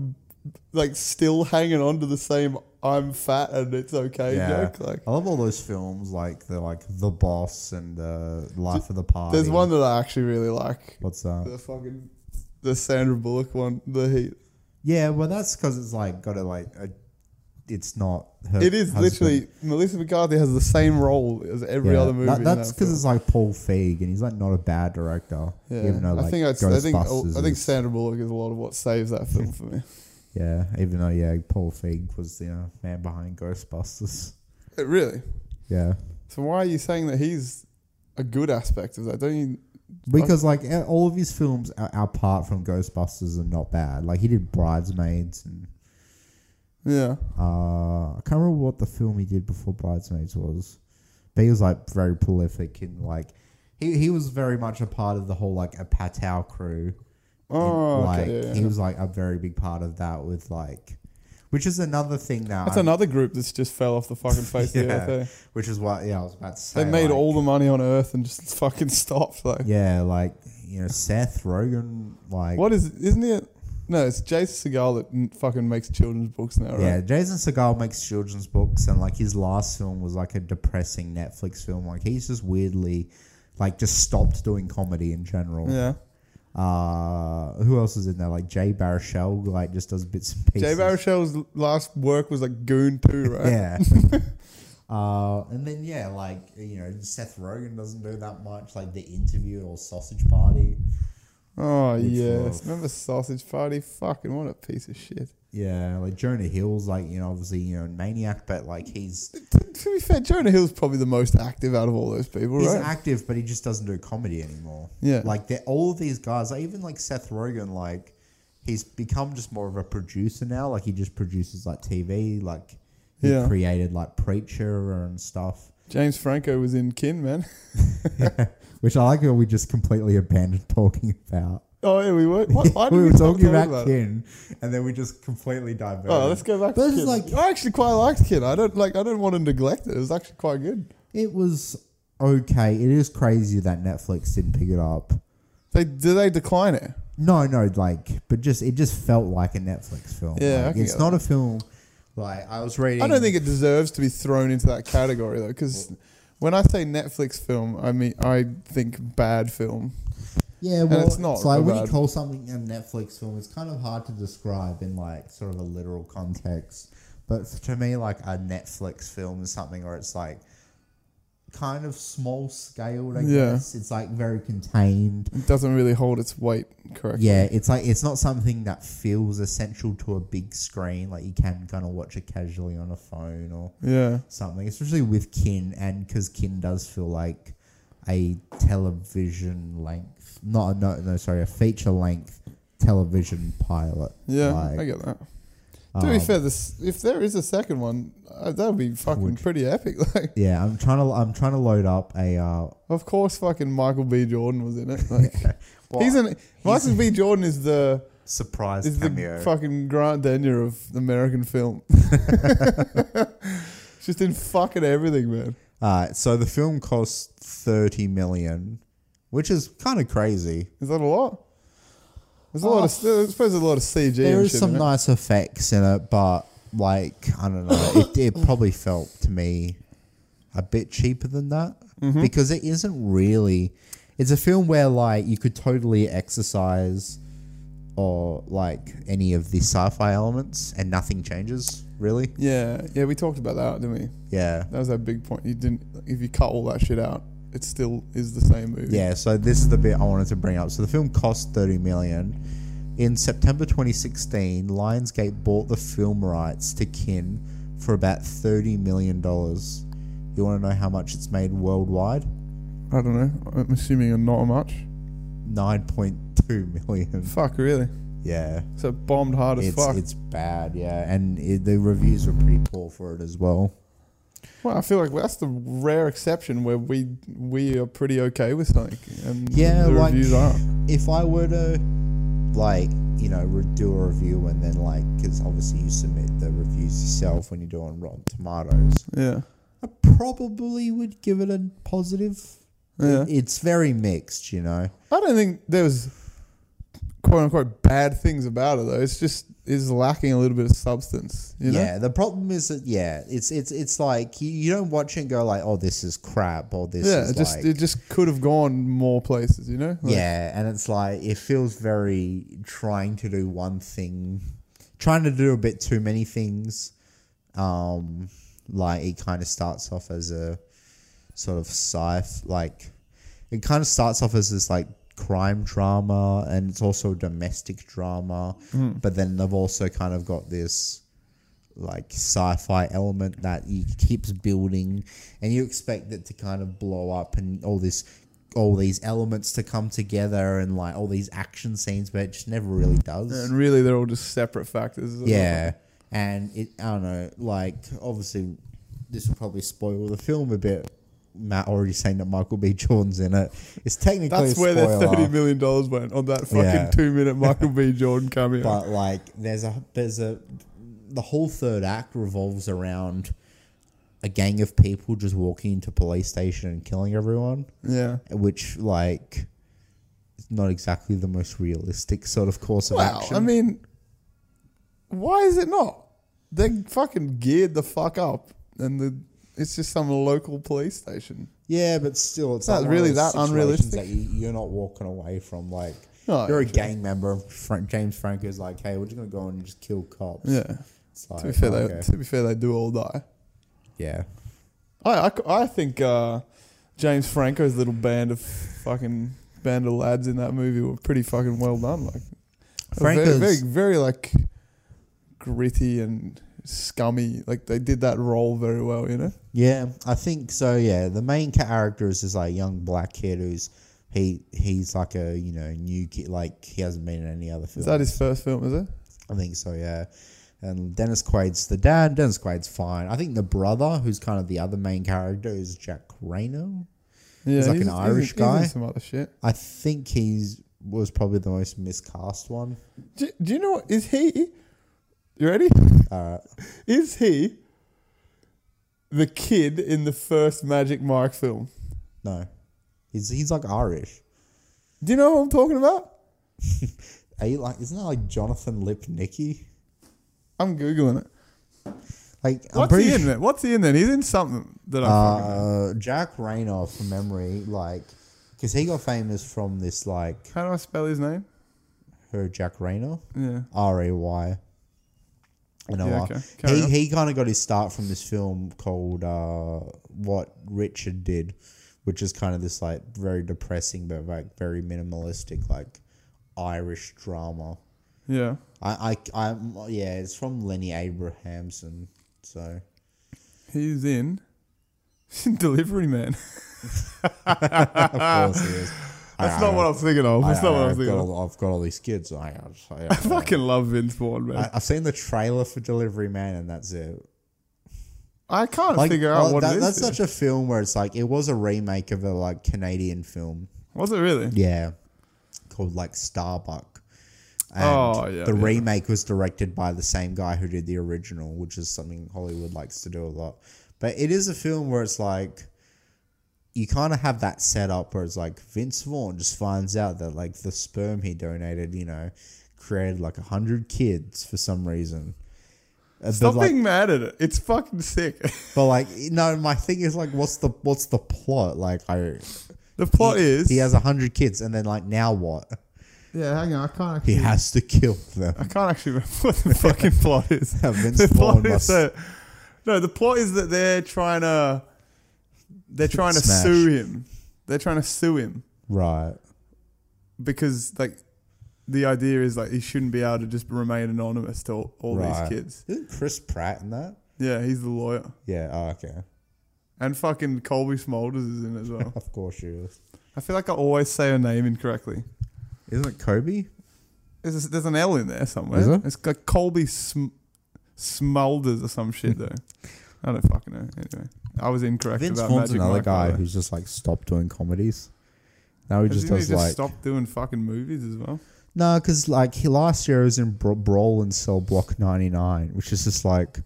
like still hanging on to the same "I'm fat and it's okay" yeah. Oh, joke. Like, I love all those films like the like The Boss and uh, Life of the Party. there's one that I actually really like. What's that? The fucking the Sandra Bullock one. The heat. Yeah, well, that's because it's like got to like, a, it's not. Her It is husband. literally Melissa McCarthy has the same role as every Yeah, other movie. That, in that's that because film. it's like Paul Feig, and he's like not a bad director. Yeah. even though like I think that's, I Ghostbusters think I think is- Sandra Bullock is a lot of what saves that film for me. Yeah, even though yeah, Paul Feig was the you know, man behind Ghostbusters. It really. Yeah, So why are you saying that he's a good aspect of that? Don't you? because like a- all of his films a- apart from Ghostbusters are not bad. Like he did Bridesmaids and Yeah. uh, I can't remember what the film he did before Bridesmaids was, but he was like very prolific in like he he was very much a part of the whole like a Patow crew. And, Oh, okay, like yeah, he yeah. was like a very big part of that with like, which is another thing now. That's another group that's just fell off the fucking face of the Yeah. earth. eh? which is what yeah I was about to say. They made like- all the money on earth and just fucking stopped. Like, Yeah, like you know, Seth Rogen, like what is? Isn't it? No, it's Jason Segal that n- fucking makes children's books now, right? yeah, Jason Segal makes children's books, and like his last film was like a depressing Netflix film. Like he's just weirdly, like just stopped doing comedy in general. Yeah. Uh, who else is in there? Like Jay Baruchel, like just does bits and pieces. Jay Baruchel's last work was like Goon 2, right? yeah. Uh, and then yeah, like you know, Seth Rogen doesn't do that much. Like the interview or Sausage Party. Oh, Which yes. was- Remember Sausage Party? Fucking what a piece of shit. Yeah, like Jonah Hill's like you know obviously you know maniac, but like he's To, to be fair, Jonah Hill's probably the most active out of all those people, He's right? active, but he just doesn't do comedy anymore. Yeah. Like they're all these guys, like even like Seth Rogen, like he's become just more of a producer now. Like he just produces like TV, like he Yeah. created like Preacher and stuff. James Franco was in Kin, man. Which I like how we just completely abandoned talking about. Oh, yeah, we were. What, why did we were stop talking it? about, Kin, and then we just completely diverted. Oh, let's go back But to it's Kin. like- I actually quite liked Kin. I don't like. I don't want to neglect it. It was actually quite good. it was okay. It is crazy that Netflix didn't pick it up. They do they decline it? No, no, like, but just it just felt like a Netflix film. Yeah, I Like, can it's get not a film. Like I was reading. I don't think it deserves to be thrown into that category though, because when I say Netflix film, I mean I think bad film. Yeah, well, it's it's not like when you about- call something a Netflix film, it's kind of hard to describe in like sort of a literal context. But f- to me, like a Netflix film is something where it's like kind of small scaled. I Yeah. guess it's like very contained. It doesn't really hold its weight correctly. Yeah, it's like it's not something that feels essential to a big screen. Like you can kind of watch it casually on a phone or Yeah. something, especially with Kin, and because Kin does feel like a television length, not no no sorry, a feature length television pilot. Yeah, Like, I get that. To be um, fair, this if there is a second one, uh, that would be fucking Would- pretty epic. Like, Yeah, I'm trying to I'm trying to load up a. Uh, of course, fucking Michael B. Jordan was in it. Like, well, he's an Michael B. he's- Jordan is the surprise is the fucking Grant Denyer of American film. Just in fucking everything, man. uh, so the film costs thirty million, which is kind of crazy. Is that a lot? There's a lot of. I suppose there's a lot of CG. Oh. There and is shit some in it. nice effects in it, but like I don't know, it, Mm. it probably felt to me a bit cheaper than that Mm-hmm. because it isn't really. It's a film where like you could totally exercise or like any of the sci-fi elements and nothing changes really. Yeah, yeah. We talked about that, didn't we? Yeah. That was our big point. You didn't. If you cut all that shit out, it still is the same movie. Yeah, so this is the bit I wanted to bring up. So the film cost 30 million. In September 2016, Lionsgate bought the film rights to Kin for about 30 million dollars. You want to know how much it's made worldwide? I don't know. I'm assuming not much. 9.2 million. Fuck, really? Yeah. So it bombed hard as It's fuck. it's bad, yeah. And it, the reviews were pretty poor for it as well. Well, I feel like that's the rare exception where we we are pretty okay with something, and Yeah, the like- reviews aren't. if I were to, like, you know, re- do a review and then, like, because obviously you submit the reviews yourself when you do on Rotten Tomatoes, Yeah, I probably would give it a positive. yeah. It's very mixed, you know. I don't think there was quote unquote bad things about it though. It's just is lacking a little bit of substance. You know? Yeah, the problem is that yeah, it's it's it's like you, you don't watch it and go like, oh, this is crap or this yeah. is It just like it just could have gone more places. You know. Like, yeah, and it's like it feels very trying to do one thing, trying to do a bit too many things. Um, like it kind of starts off as a sort of sci like it kind of starts off as this like crime drama and it's also domestic drama, but then they've also kind of got this like sci-fi element that he keeps building and you expect it to kind of blow up and all this all these elements to come together and like all these action scenes but it just never really does And really, they're all just separate factors. yeah and it i don't know like obviously this will probably spoil the film a bit matt already saying that michael b jordan's in it it's technically That's a where their spoiler. thirty million dollars went on that fucking Yeah. two-minute Michael B. Jordan cameo. But like, there's a there's a the whole third act revolves around a gang of people just walking into police station and killing everyone, yeah. which like is not exactly the most realistic sort of course of Wow. action. I mean, why is it not? They fucking geared the fuck up, and the it's just some local police station. yeah, but still, it's Not not one of really those that situations unrealistic. That you, you're not walking away from like. No, You're a true. gang member. Frank, James Franco's like, hey, we're just gonna go in and just kill cops. Yeah. It's like, To be fair, okay. they, to be fair, they do all die. yeah, I I, I think uh, James Franco's little band of fucking band of lads in that movie were pretty fucking well done. Like very, Franco's- very, very like gritty and scummy. Like they did that role very well. You know. Yeah, I think so. Yeah, the main character is this like young black kid who's he he's like a you know new kid like he hasn't been in any other film. Is that his first film? Is it? I think so. Yeah, and Dennis Quaid's the dad. Dennis Quaid's fine. I think the brother, who's kind of the other main character, is Jack Reno. Yeah, like an in- Irish in guy. some other shit. I think he's was probably the most miscast one. Do, do you know what? Is he. You ready? All right. Is he the kid in the first Magic Mike film? No, he's he's like Irish. Do you know what I'm talking about? Are you like isn't that like Jonathan Lipnicki? I'm Googling it. Like I'm What's pretty he in then? What's he in then? He's in something that I fucking know. Uh, Jack Rayner, from memory, like, because he got famous from this, like, How do I spell his name? her Jack Rayner, Yeah. R A Y. You know, Yeah, uh, okay. Carry he, on. he kind of got his start from this film called uh, What Richard Did, which is kind of this, like, very depressing, but, like, very minimalistic, like, Irish drama. Yeah. I, I, I, yeah, it's from Lenny Abrahamson, so. He's in Delivery Man. Of course it is. Ah. That's not what I was thinking of. That's not what I was have thinking got of. all, I've got all these kids. I, I, just- I, I fucking love Vince Vaughn, man. I, have seen the trailer for Delivery Man, and that's it. I, can't Like, figure out well, what that- it is. that's such a film where it's like it was a remake of a like Canadian film, Was it really? yeah, called like Starbuck. And Oh, yeah, the yeah. remake was directed by the same guy who did the original, which is something Hollywood likes to do a lot. But it is a film where it's like you kind of have that setup where it's like Vince Vaughn just finds out that like the sperm he donated, you know, created like a hundred kids for some reason. Uh, Stop but, like, being mad at it. It's fucking sick. but like, no, my thing is like, what's the what's the plot? Like, I the plot is. he has a hundred kids, and then like now what? Yeah, hang on. I can't He actually. has to kill them. I can't actually remember what the fucking plot is. Vince the plot Vaughn is must- that, no, the plot is that they're trying to they're trying to Smash. sue him. They're trying to sue him Right. because like the idea is like he shouldn't be able to just remain anonymous to all, all these right. kids. Isn't Chris Pratt in that? Yeah, he's the lawyer. Yeah. Oh, okay. And fucking Colby Smulders is in as well. Of course she is. I feel like I always say her name incorrectly. Isn't it Kobe? There's, there's an L in there somewhere. Is there? It's like Colby Sm- Smulders or some shit though. I don't fucking know. Anyway, I was incorrect Vince about Vaughn's Magic another Mike guy Tyler. who's just like stopped doing comedies. Now he just Hasn't does he just like stopped doing fucking movies as well. No, because like he, last year I was in Bra- Brawl and Cell Block 99, which is just like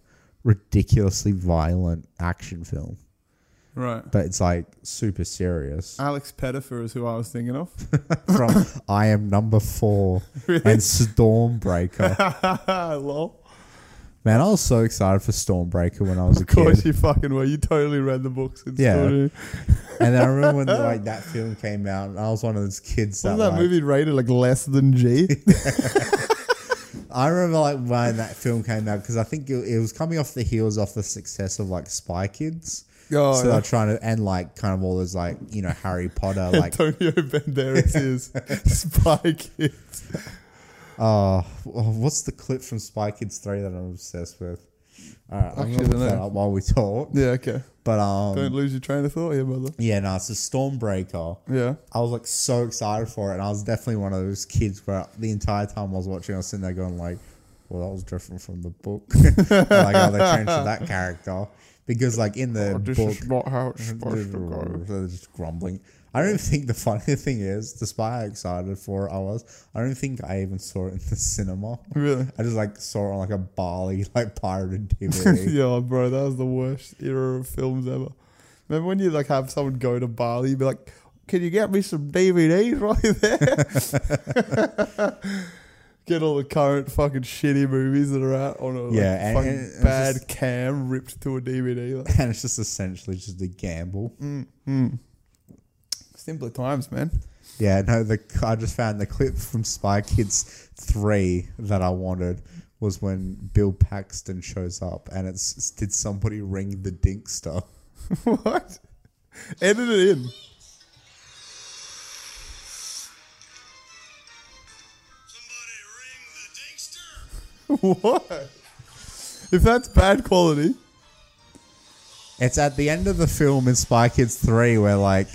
ridiculously violent action film, Right. but it's like super serious. Alex Pettifer is who I was thinking of. From I Am Number Four Really? and Stormbreaker. Lol. Man, I was so excited for Stormbreaker when I was a Of course kid. you fucking were. You totally read the books. And Yeah. yeah. Wasn't And then I remember when like that film came out, and I was one of those kids that, that like, movie rated like less than G? I remember like when that film came out because I think it, it was coming off the heels off the success of like Spy Kids. Oh, so yeah. they're trying to and like kind of all those like you know Harry Potter like Antonio Banderas is Spy Kids. uh oh, what's the clip from Spy Kids three that I'm obsessed with? All right, I'm Actually, gonna look I don't that know. up while we talk. Yeah, okay. But Don't um, lose your train of thought here, brother. yeah, no, it's a Stormbreaker. Yeah. I was like so excited for it, and I was definitely one of those kids where the entire time I was watching, I was sitting there going like, "Well, that was different from the book." like, oh, they changed to that character because, like, in the Oh, this book, is not how it's supposed to go. they're just grumbling. I don't think the funny thing is, despite how excited for it I was, I don't think I even saw it in the cinema. Really? I just like saw it on like a Bali like pirated DVD. Yo, bro, that was the worst era of films ever. Remember when you like have someone go to Bali, be like, "Can you get me some DVDs right there?" get all the current fucking shitty movies that are out on a like, Yeah, and- fucking and it's bad just- cam ripped to a DVD. Like, hmm. And it's just essentially just a gamble. simpler times, man. Yeah, no, the I just found the clip from Spy Kids 3 that I wanted was when Bill Paxton shows up and it's, it's did somebody ring the dinkster? what? Edit it in. Somebody ring the dinkster. what? If that's bad quality, It's at the end of the film in Spy Kids 3 where like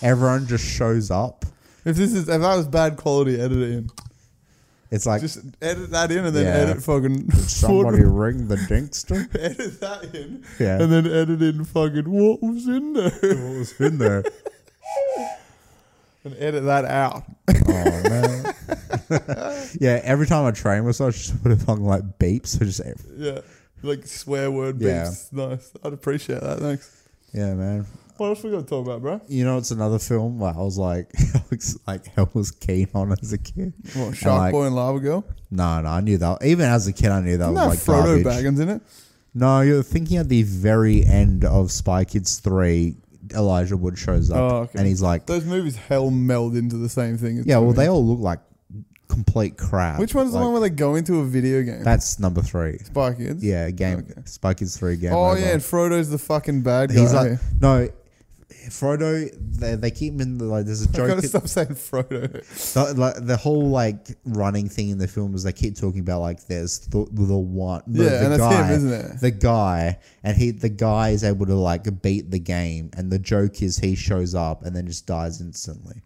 everyone just shows up. if this is if that was bad quality, edit it in. It's like Just edit that in and then Yeah. edit fucking somebody ring the dinkster. edit that in, Yeah. and then edit in fucking what was in there, What was in there? and edit that out. Oh man. yeah, every time I train with such, I just put it on like beeps. So just Yeah, like swear word Yeah. beeps. Nice, I'd appreciate that. Thanks. yeah, man. What else we got to talk about, bro? You know, it's another film where I was like, I was like hell was keen on as a kid. What, And, Shark like, Boy and Lava Girl? No, no, I knew that. Even as a kid, I knew that Isn't was that like Frodo garbage. Baggins in it? No, you're thinking at the very end of Spy Kids three, Elijah Wood shows up Oh, okay. and he's like, Those movies hell meld into the same thing. yeah, to well, me. they all look like complete crap. Which one's the one where they go into a video game? That's number three. Spy Kids. Yeah, game Spy Kids three game. Oh over. yeah, and Frodo's the fucking bad guy. He's like, no, Frodo. They, they keep him in the like. There's a I joke. gotta stop saying Frodo. The, like, the whole like running thing in the film is they keep talking about like there's the, the one. The, Yeah, the and that's guy, him, isn't it? The guy, and he the guy is able to like beat the game, and the joke is he shows up and then just dies instantly,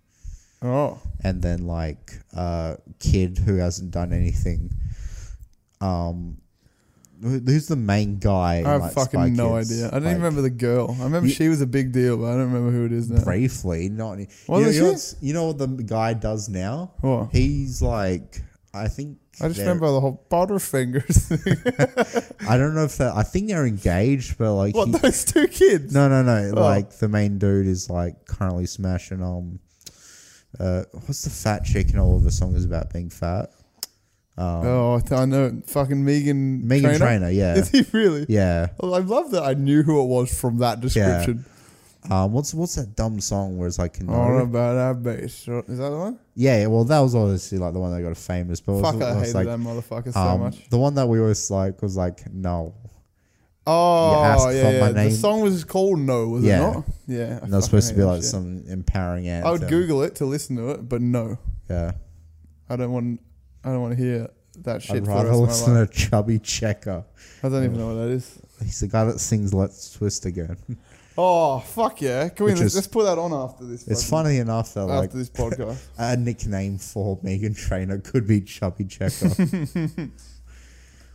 Oh, and then like uh kid who hasn't done anything, um. who- Who's the main guy? in, I have like, fucking Spy no Kids? idea. I don't Like, even remember the girl. I remember You- she was a big deal, but I don't remember who it is now. briefly. Not any, you, know, Wasn't you, know she? what's- you know what the guy does now? What? He's like, I think. I just they're- remember the whole Butterfingers thing. I don't know if that. I think they're engaged, but like. what he- those two kids? no, no, no. Oh. Like the main dude is like currently smashing um. Uh, what's the fat chick in all of the song is about being fat? Oh, I th- I know. it. Fucking Megan. Megan Trainor? Trainer, yeah, Is he really? yeah. Oh, I love that I knew who it was from that description. Oh, Um, what's what's that dumb song where it's like, All Kenora? about our bass. Is that the one? yeah, well, that was obviously like the one that got famous, but it was, Fuck, I it was, hated like, that motherfucker so um, much. the one that we always like was like, no, asked Oh, for yeah, my yeah. The name. song was called No, was Yeah. it not? Yeah. I And that's fucking supposed to hate be that like shit. some empowering anthem. I would Google it to listen to it, but no. Yeah. I don't want. I don't want to hear that shit. I'd for the rather rest of my listen life. to Chubby Checker. I don't even know what that is. He's the guy that sings Let's Twist Again. Oh fuck yeah! Can we Which let's, is- let's put that on after this? It's fucking- funny enough that, like, after this podcast. a nickname for Megan Trainer could be Chubby Checker.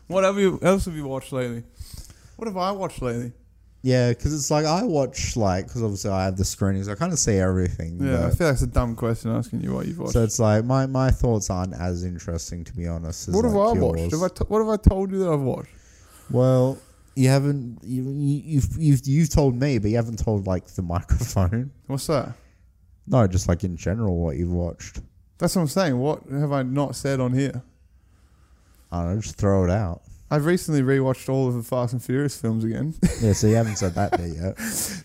What have you else have you watched lately? What have I watched lately? Yeah, because it's like I watch like because obviously I have the screenings. I kind of see everything. Yeah, I but- feel like it's a dumb question asking you what you've watched. so it's like my, my thoughts aren't as interesting to be honest. As what have like I yours. watched? Have I t- what have I told you that I've watched? well, you haven't. You, you- you've you've you've told me, but you haven't told like the microphone. What's that? No, just like in general, what you've watched. That's what I'm saying. What have I not said on here? I don't know. Just throw it out. I've recently rewatched all of the Fast and Furious films again. Yeah, so you haven't said that bit yet.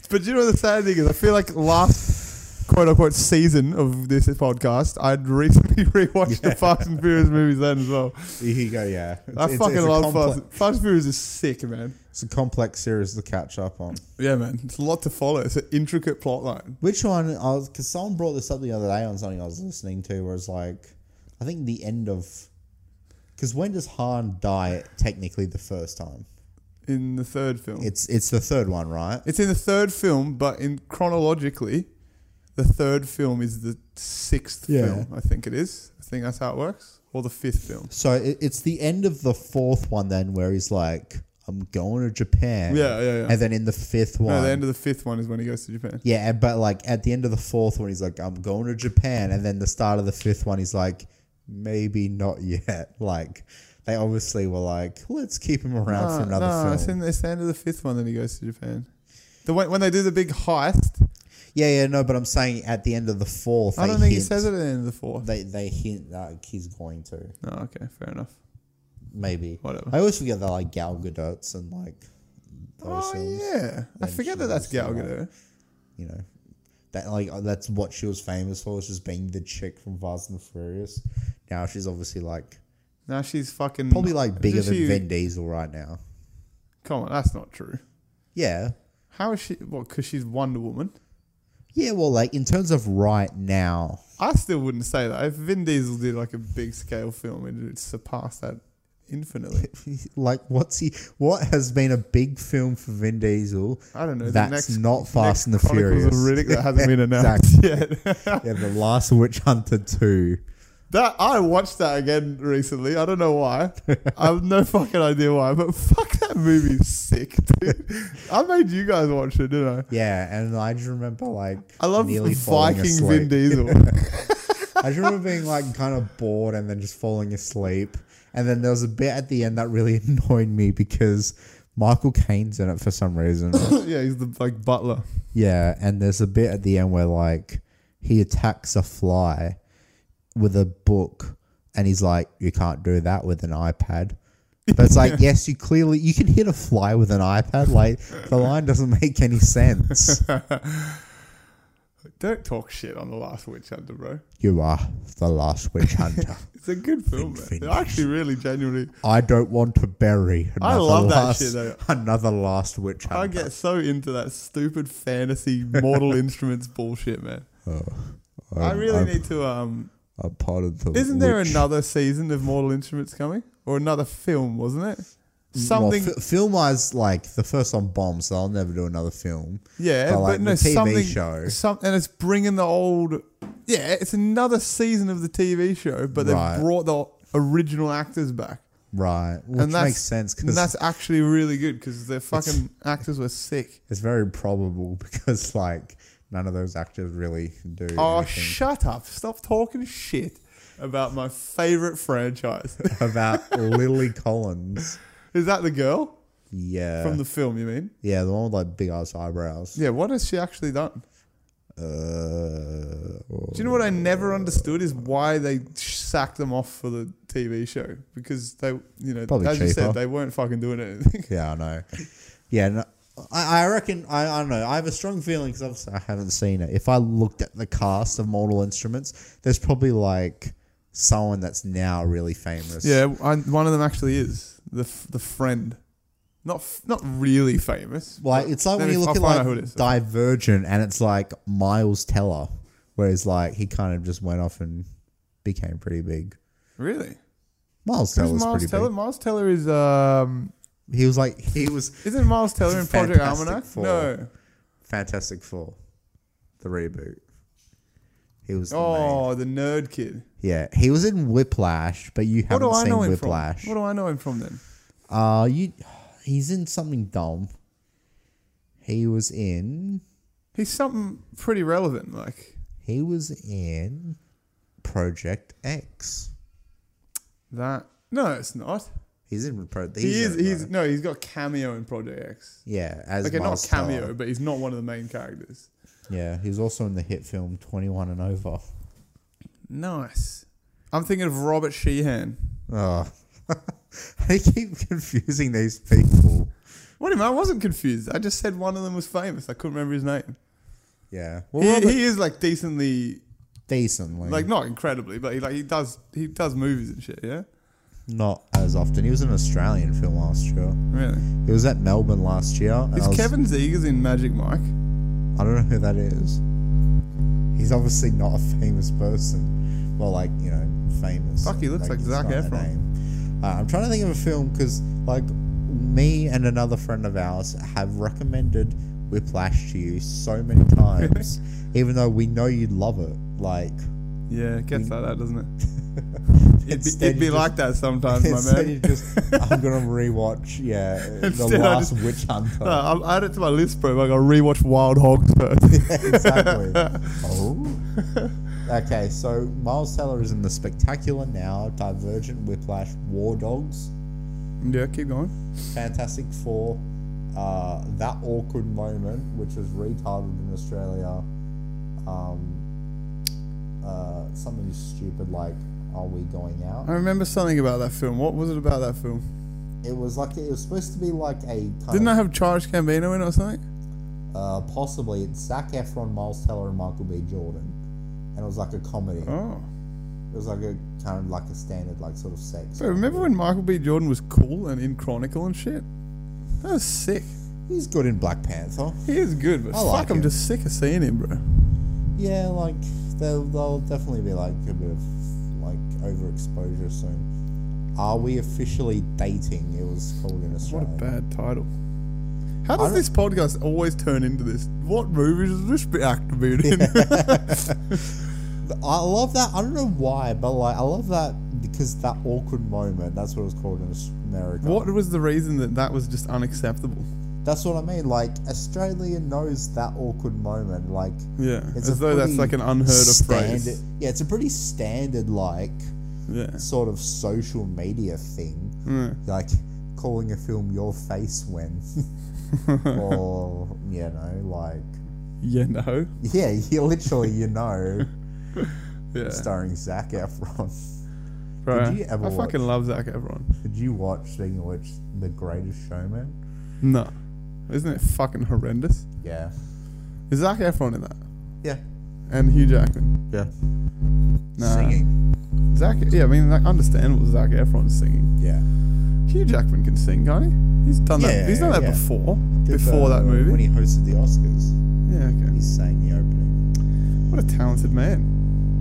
but you know the sad thing is, I feel like last quote unquote season of this podcast, I'd recently rewatched the Fast and Furious movies then as well. Here you go. Yeah, I It's- it's- fucking it's a love complex- Fast. Fast and Furious is sick, man. It's a complex series to catch up on. Yeah, man. It's a lot to follow. It's an intricate plot line. Which one? I was because someone brought this up the other day on something I was listening to, where it's like, I think the end of, because when does Han die technically the first time? in the third film. It's it's the third one, right? It's in the third film, but in chronologically, the third film is the sixth Yeah. film. I think it is. I think that's how it works, or the fifth film. So it, it's the end of the fourth one then, where he's like, I'm going to Japan. Yeah, yeah, yeah. And then in the fifth one, No, the end of the fifth one is when he goes to Japan. yeah, and- but like at the end of the fourth one, he's like, I'm going to Japan, and then the start of the fifth one, he's like, maybe not yet. Like they obviously were like, let's keep him around for No, another Oh, no, film. it's in it's the end of the fifth one that he goes to Japan. The when, when they do the big heist, Yeah, yeah, no, but I'm saying at the end of the fourth. I they don't think he hint- says it at the end of the fourth. They they hint like he's going to No, okay, fair enough. maybe. Whatever. I always forget that like Gal Gadot's and like those Oh films. yeah, I Then forget she that that's goes Gal to, Gadot. You know, that like uh, that's what she was famous for was just being the chick from Fast and the Furious. Now she's obviously like Now she's fucking probably like bigger Is than she- Vin Diesel right now. Come on, that's not true. Yeah, How is she? What? Because she's Wonder Woman. yeah. Well, like in terms of right now, I still wouldn't say that. If Vin Diesel did like a big scale film, it would surpass that infinitely. like what's he? What has been a big film for Vin Diesel? I don't know. the That's next- not next Fast and the Chronicles of Furious. Riddick that hasn't been announced yet. Yeah, the last Witch Hunter two. that I watched that again recently. I don't know why. I have no fucking idea why, but fuck that movie's sick, dude. I made you guys watch it, didn't I? Yeah, and I just remember like I love falling Viking Vin asleep. Diesel. I just remember being like kind of bored and then just falling asleep. And then there was a bit at the end that really annoyed me because Michael Caine's in it for some reason. yeah, he's the like butler. yeah, and there's a bit at the end where like he attacks a fly with a book, and he's like, "You can't do that with an iPad." But it's like, yes, you clearly you can hit a fly with an iPad. Like the line doesn't make any sense. Don't talk shit on the last witch hunter, bro. you are the last witch hunter. It's a good film, Vin man. I actually really genuinely I don't want to bury. I another love that last- shit, though. Another last witch hunter. I get so into that stupid fantasy mortal instruments bullshit, man. I I'm- really I'm- need to. Um, I'm part of the. isn't there witch- another season of Mortal Instruments coming, or another film? Wasn't it something? Well, f- film-wise, like the first one bombed, so I'll never do another film. yeah, but, like, but no, the TV something. show. Some, and it's bringing the old. Yeah, it's another season of the TV show, but Right. they've brought the original actors back, Right, which and that makes sense And because that's actually really good because the fucking actors were sick. it's very probable because like none of those actors really do. Oh, anything shut up! Stop talking shit about my favorite franchise. about Lily Collins. Is that the girl Yeah, from the film? You mean? yeah, the one with like big ass eyebrows. Yeah. What has she actually done? Uh, Do you know what I never understood is why they sacked them off for the TV show because they, you know, Probably as you cheaper. said, they weren't fucking doing anything. Yeah, I know. Yeah, no, I, I reckon I, I don't know. I have a strong feeling because obviously I haven't seen it. If I looked at the cast of Mortal Instruments, there's probably like someone that's now really famous. yeah, I, one of them actually is the f- the friend, not f- not really famous. like it's like when Let you me- look I'll at find out who it like is. Divergent, and it's like Miles Teller, whereas like he kind of just went off and became pretty big. Really? Miles Who's Teller's Miles pretty Teller? Miles Teller is um, big. He was like he was isn't Miles Teller in Project Fantastic Almanac? Four. No. Fantastic Four, the reboot. He was the main- Oh, the nerd kid. Yeah, he was in Whiplash, but you What haven't do I seen know him Whiplash. from? What do I know him from then? Uh you he's in something dumb. He was in He's something pretty relevant. Like he was in Project X. that. No, it's not. He's in Pro he's He is. in it, He's right? no. He's got cameo in Project X. yeah, as Okay, not Miles cameo, Teller. but he's not one of the main characters. Yeah, he was also in the hit film Twenty One and Over. Nice. I'm thinking of Robert Sheehan. Oh. I keep confusing these people. What do you mean? I wasn't confused. I just said one of them was famous. I couldn't remember his name. Yeah. Well He, Robert, he is like decently, decently. like not incredibly, but he like he does he does movies and shit. Yeah, not as often. He was in an Australian film last year. really. He was at Melbourne last year. and Is I was- Kevin Zegers in Magic Mike? I don't know who that is. He's obviously not a famous person. Well, like you know, famous. Fuck, he looks like it's Zac not a Efron. name. Uh, I'm trying to think of a film because, like, me and another friend of ours have recommended Whiplash to you so many times, even though we know you'd love it. Like, Yeah, it gets like that, doesn't it? It'd be, Instead it'd be you just- like that sometimes, my instead man. you just, I'm gonna rewatch. Yeah, the Instead I last just- Witch Hunter. No, I'll add it to my list, bro. but I gotta rewatch Wild Hogs first. exactly. oh. Okay, so Miles Teller is in The Spectacular Now, Divergent, Whiplash, War Dogs, yeah, keep going. Fantastic Four, uh, That Awkward Moment, which was retitled in Australia, um, uh, something stupid like Are We Going I Out? remember something about that film. What was it about that film? It was like, it was supposed to be like a kind Didn't of, I have Charles Gambino in it or something? uh, possibly, it's Zac Efron, Miles Teller, and Michael B. Jordan. And it was like a comedy. Oh. It was like a kind of like a standard, like sort of sex. So remember when Michael B. Jordan was cool and in Chronicle and shit? That was sick. He's good in Black Panther. He is good, but I fuck, like I'm him. just sick of seeing him, bro. Yeah, like there'll, there'll definitely be like a bit of like overexposure soon. Are we officially dating? It was called What in a Australia. bad title. How don't- does this podcast always turn into this? What movies has this bit actor been in? I love that. I don't know why, but like I love that because that awkward moment. That's what it was called in Aus- America. what was the reason that that was just unacceptable? That's what I mean. Like Australia knows that awkward moment. Like Yeah, it's as a though that's pretty like an unheard of standard- phrase. Yeah, it's a pretty standard like. Yeah. sort of social media thing, like calling a film "Your Face When," or you know, like Yeah, no. yeah, you literally you know, Yeah. starring Zach Efron. Bro, Did you ever I fucking watch- love Zac Efron. Did you watch speaking of which The Greatest Showman? No. Isn't it fucking horrendous? Yeah, Is Zac Efron in that? yeah, And Hugh Jackman. yeah. Nah. Singing, Zac, yeah, I mean, like, understandable Zac Efron singing. yeah. Hugh Jackman can sing, can't he? He's done Yeah, that. He's done that yeah. before. Did before the- that when movie. he hosted the Oscars, yeah. he Okay. sang the opening. What a talented man.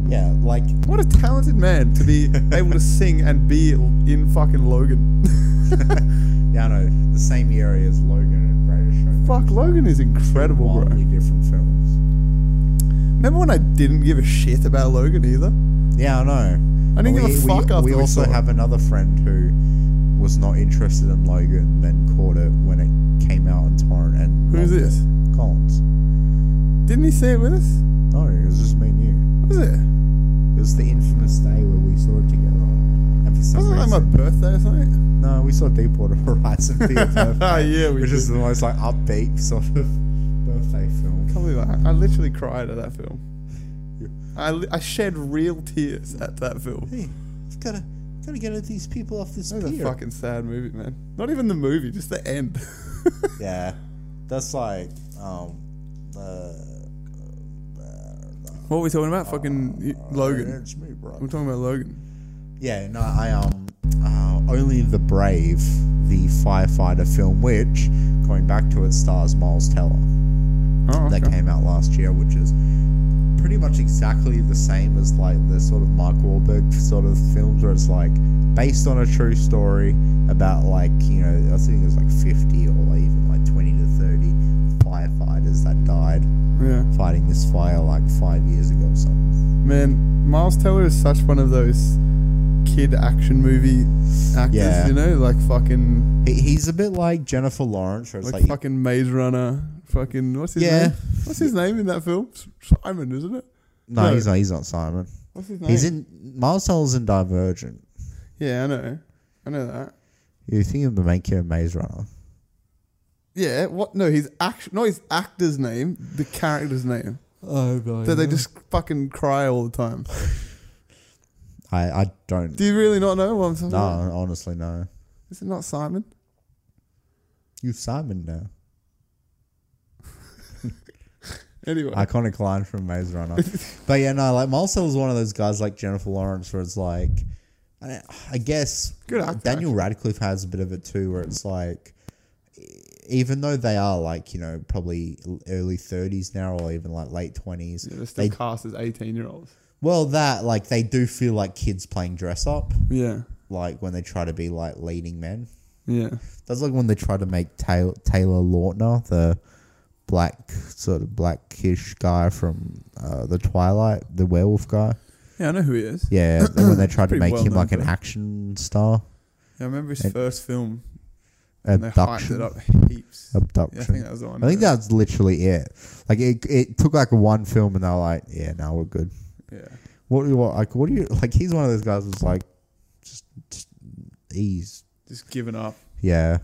Yeah, like What a talented man to be able to sing and be in fucking Logan. yeah, no, the same area as Logan and Greatest Showman. Fuck, Logan is incredible, bro. wildly different films. Remember when I didn't give a shit about Logan either? Yeah, I know. I didn't But give a we, fuck we, after we we also saw it. have another friend who was not interested in Logan, then caught it when it came out in torrent. And Who's loved this? It. Collins. Didn't he see it with us? No, it was just me and you. Was it? It was the infamous day where we saw it together. And for some Wasn't that my reason, birthday or something? no, we saw Deepwater Horizon for your birthday, Ah, yeah, we which is did. the most like upbeat sort of birthday film. Can't believe I, I literally cried at that film. I, li- I shed real tears at that film. Hey, I've gotta gotta get these people off this That was a pier. fucking sad movie, man. Not even the movie, just the end. Yeah, that's like um. Uh, what are we talking about? Fucking Logan. It's me, bro. We're talking about Logan. Yeah, no, I um, uh, only the brave, the firefighter film, which going back to it stars Miles Teller Oh, that okay. came out last year, which is pretty much exactly the same as like the sort of Mark Wahlberg sort of films where it's like based on a true story about like you know I think it was like fifty or like even like twenty to thirty firefighters that died Yeah. fighting this fire like five years ago or something. Man, Miles Teller is such one of those kid action movie actors, Yeah. you know, like fucking He, he's a bit like Jennifer Lawrence, where it's like, like, fucking Maze Runner, fucking what's his Yeah. name? What's his name in that film? S- Simon, isn't it? no, no. he's not. He's not Simon. What's his name? He's in Miles Teller in Divergent. yeah, I know, I know that. You think of the main kid in Maze Runner? Yeah, what? No, his action, not his actor's name, the character's name. Oh, boy. That they just fucking cry all the time. I I don't. Do you really not know what I'm talking no, about? honestly, no. Is it not Simon? You Simon now. Anyway, Iconic line from Maze Runner. but yeah, no, like Miles Teller one of those guys like Jennifer Lawrence, where it's like, I, I guess Good actor, Daniel Radcliffe has a bit of it too, where it's like, e- even though they are like you know probably early thirties now or even like late twenties, they're still they cast as 18 year olds. well that like they do feel like kids playing dress up, Yeah, like when they try to be like leading men. yeah. That's like when they try to make Taylor, Taylor Lautner the black sort of blackish guy from uh, the Twilight, the werewolf guy. Yeah, I know who he is. Yeah, and when they tried to Pretty make well him like known an action star, Yeah, I remember his And- first film. And they hyped it abduction, up heaps. Yeah, I abduction. think that was the one. I think yeah. that's literally it. Like it, it took like one film, and they were like, "Yeah, now we're good." Yeah. What do you want? Like, what do you like? He's one of those guys who's like, just, just he's Just giving up. yeah.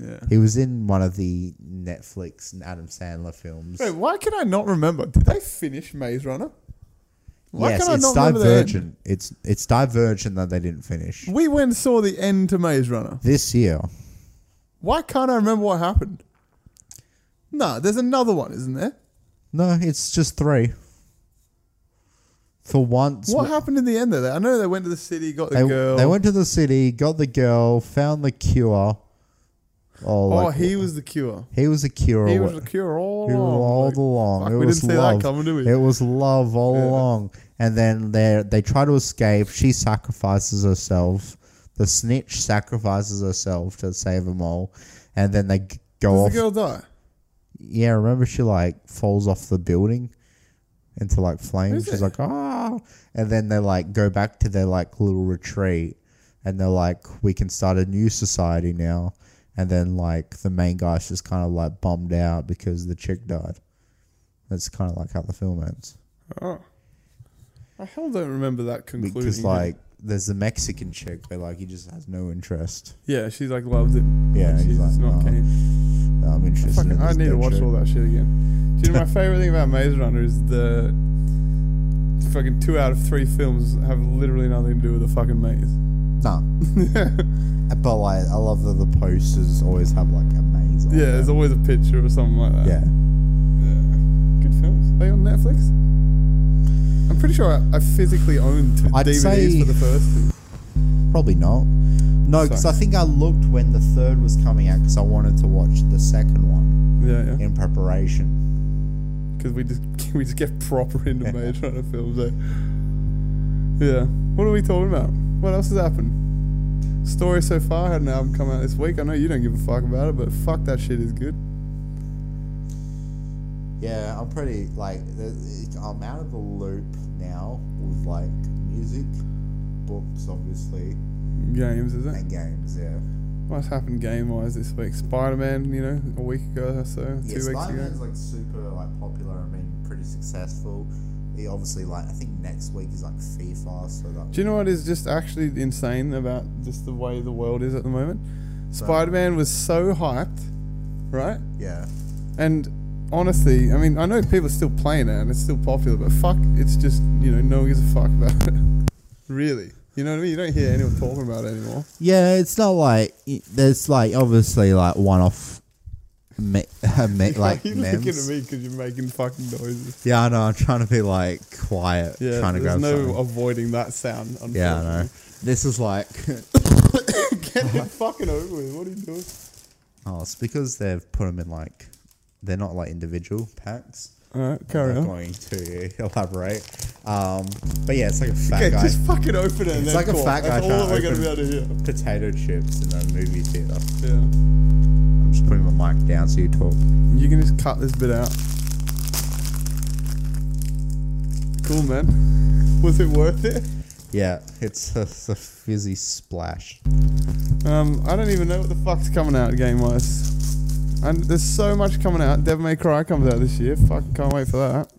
Yeah. He was in one of the Netflix and Adam Sandler films. Wait, why can I not remember? Did they finish Maze Runner? Why yes, can I it's not remember the end? Divergent. It's it's Divergent that they didn't finish We went and saw the end to Maze Runner. this year. Why can't I remember what happened? No, there's another one, isn't there? No, it's just three. For once, What happened in the end there? I know they went to the city, got the they, girl. they went to the city, got the girl, found the cure. Oh, oh, like, he was the cure. he was a cure. He or was what- the cure all he was along. all Like, along. fuck, it we was didn't see that love. coming, did we? It was love all Yeah. along. And then they they try to escape. She sacrifices herself. The snitch sacrifices herself to save them all. And then they g- go Does off. the girl die? Yeah, remember she like falls off the building into like flames. Is She's it? like, ah, and then they like go back to their like little retreat, and they're like, we can start a new society now. And then like the main guy's just kind of like bummed out because the chick died. That's kind of like how the film ends Oh. I hell don't remember that concluding. because bit. like there's the Mexican chick, but like he just has no interest. yeah, she's like loved it. Yeah, and she's he's like, not "Nah, keen. nah, I'm interested. Fucking- in I this need to dead watch chick." all that shit again. Dude, my favorite thing about Maze Runner is the fucking two out of three films have literally nothing to do with the fucking maze. No. but like, I love that the posters always have like a maze. On Yeah, them. there's always a picture or something like that. yeah. Yeah. Good films. Are they on Netflix? I'm pretty sure I, I physically owned I'd DVDs say- for the first two. Probably not. No, because I Sorry. think I looked when the third was coming out because I wanted to watch the second one Yeah, yeah. in preparation. Because we just we just get proper into Maze Runner films. Eh? Yeah. What are we talking about? What else has happened? Story so far had an album come out this week. I know you don't give a fuck about it, but fuck that shit is good. Yeah, I'm pretty like th- I'm out of the loop now with like music, books, obviously, Games, is it? and games. Yeah, What's happened game wise this week? Spider Man, you know, a week ago or so, two yeah. weeks Spider-Man's ago. like super like popular and been pretty successful. He obviously like I think next week is like FIFA, so that Do you know what is just actually insane about just the way the world is at the moment? Spider Man was so hyped, right? yeah. And honestly, I mean, I know people are still playing it and it's still popular, but fuck, it's just, you know, no one gives a fuck about it. really. You know what I mean? You don't hear anyone talking about it anymore. Yeah, it's not like it- there's like obviously like one off, me, uh, me, like You're looking at memes. me because you're making fucking noises. Yeah, I know. I'm trying to be like quiet, Yeah, trying to there's grab no something. avoiding that sound. Yeah, I know. This is like, Get it fucking over with. What are you doing? oh, it's because they've put them in like, they're not like individual packs. All right, carry I'm on. not going to elaborate. Um, but yeah, it's like a fat Okay, guy just fucking open it. and It's then like a call. fat guy That's all trying that to we're gonna be able open- to hear. potato chips in a movie theater. Yeah, I'm just putting my mic down so you talk. you can just cut this bit out. Cool, man. Was it worth it? Yeah, it's a, it's a fizzy splash. Um, I don't even know what the fuck's coming out game wise. And there's so much coming out. Devil May Cry comes out this year. Fucking can't wait for that.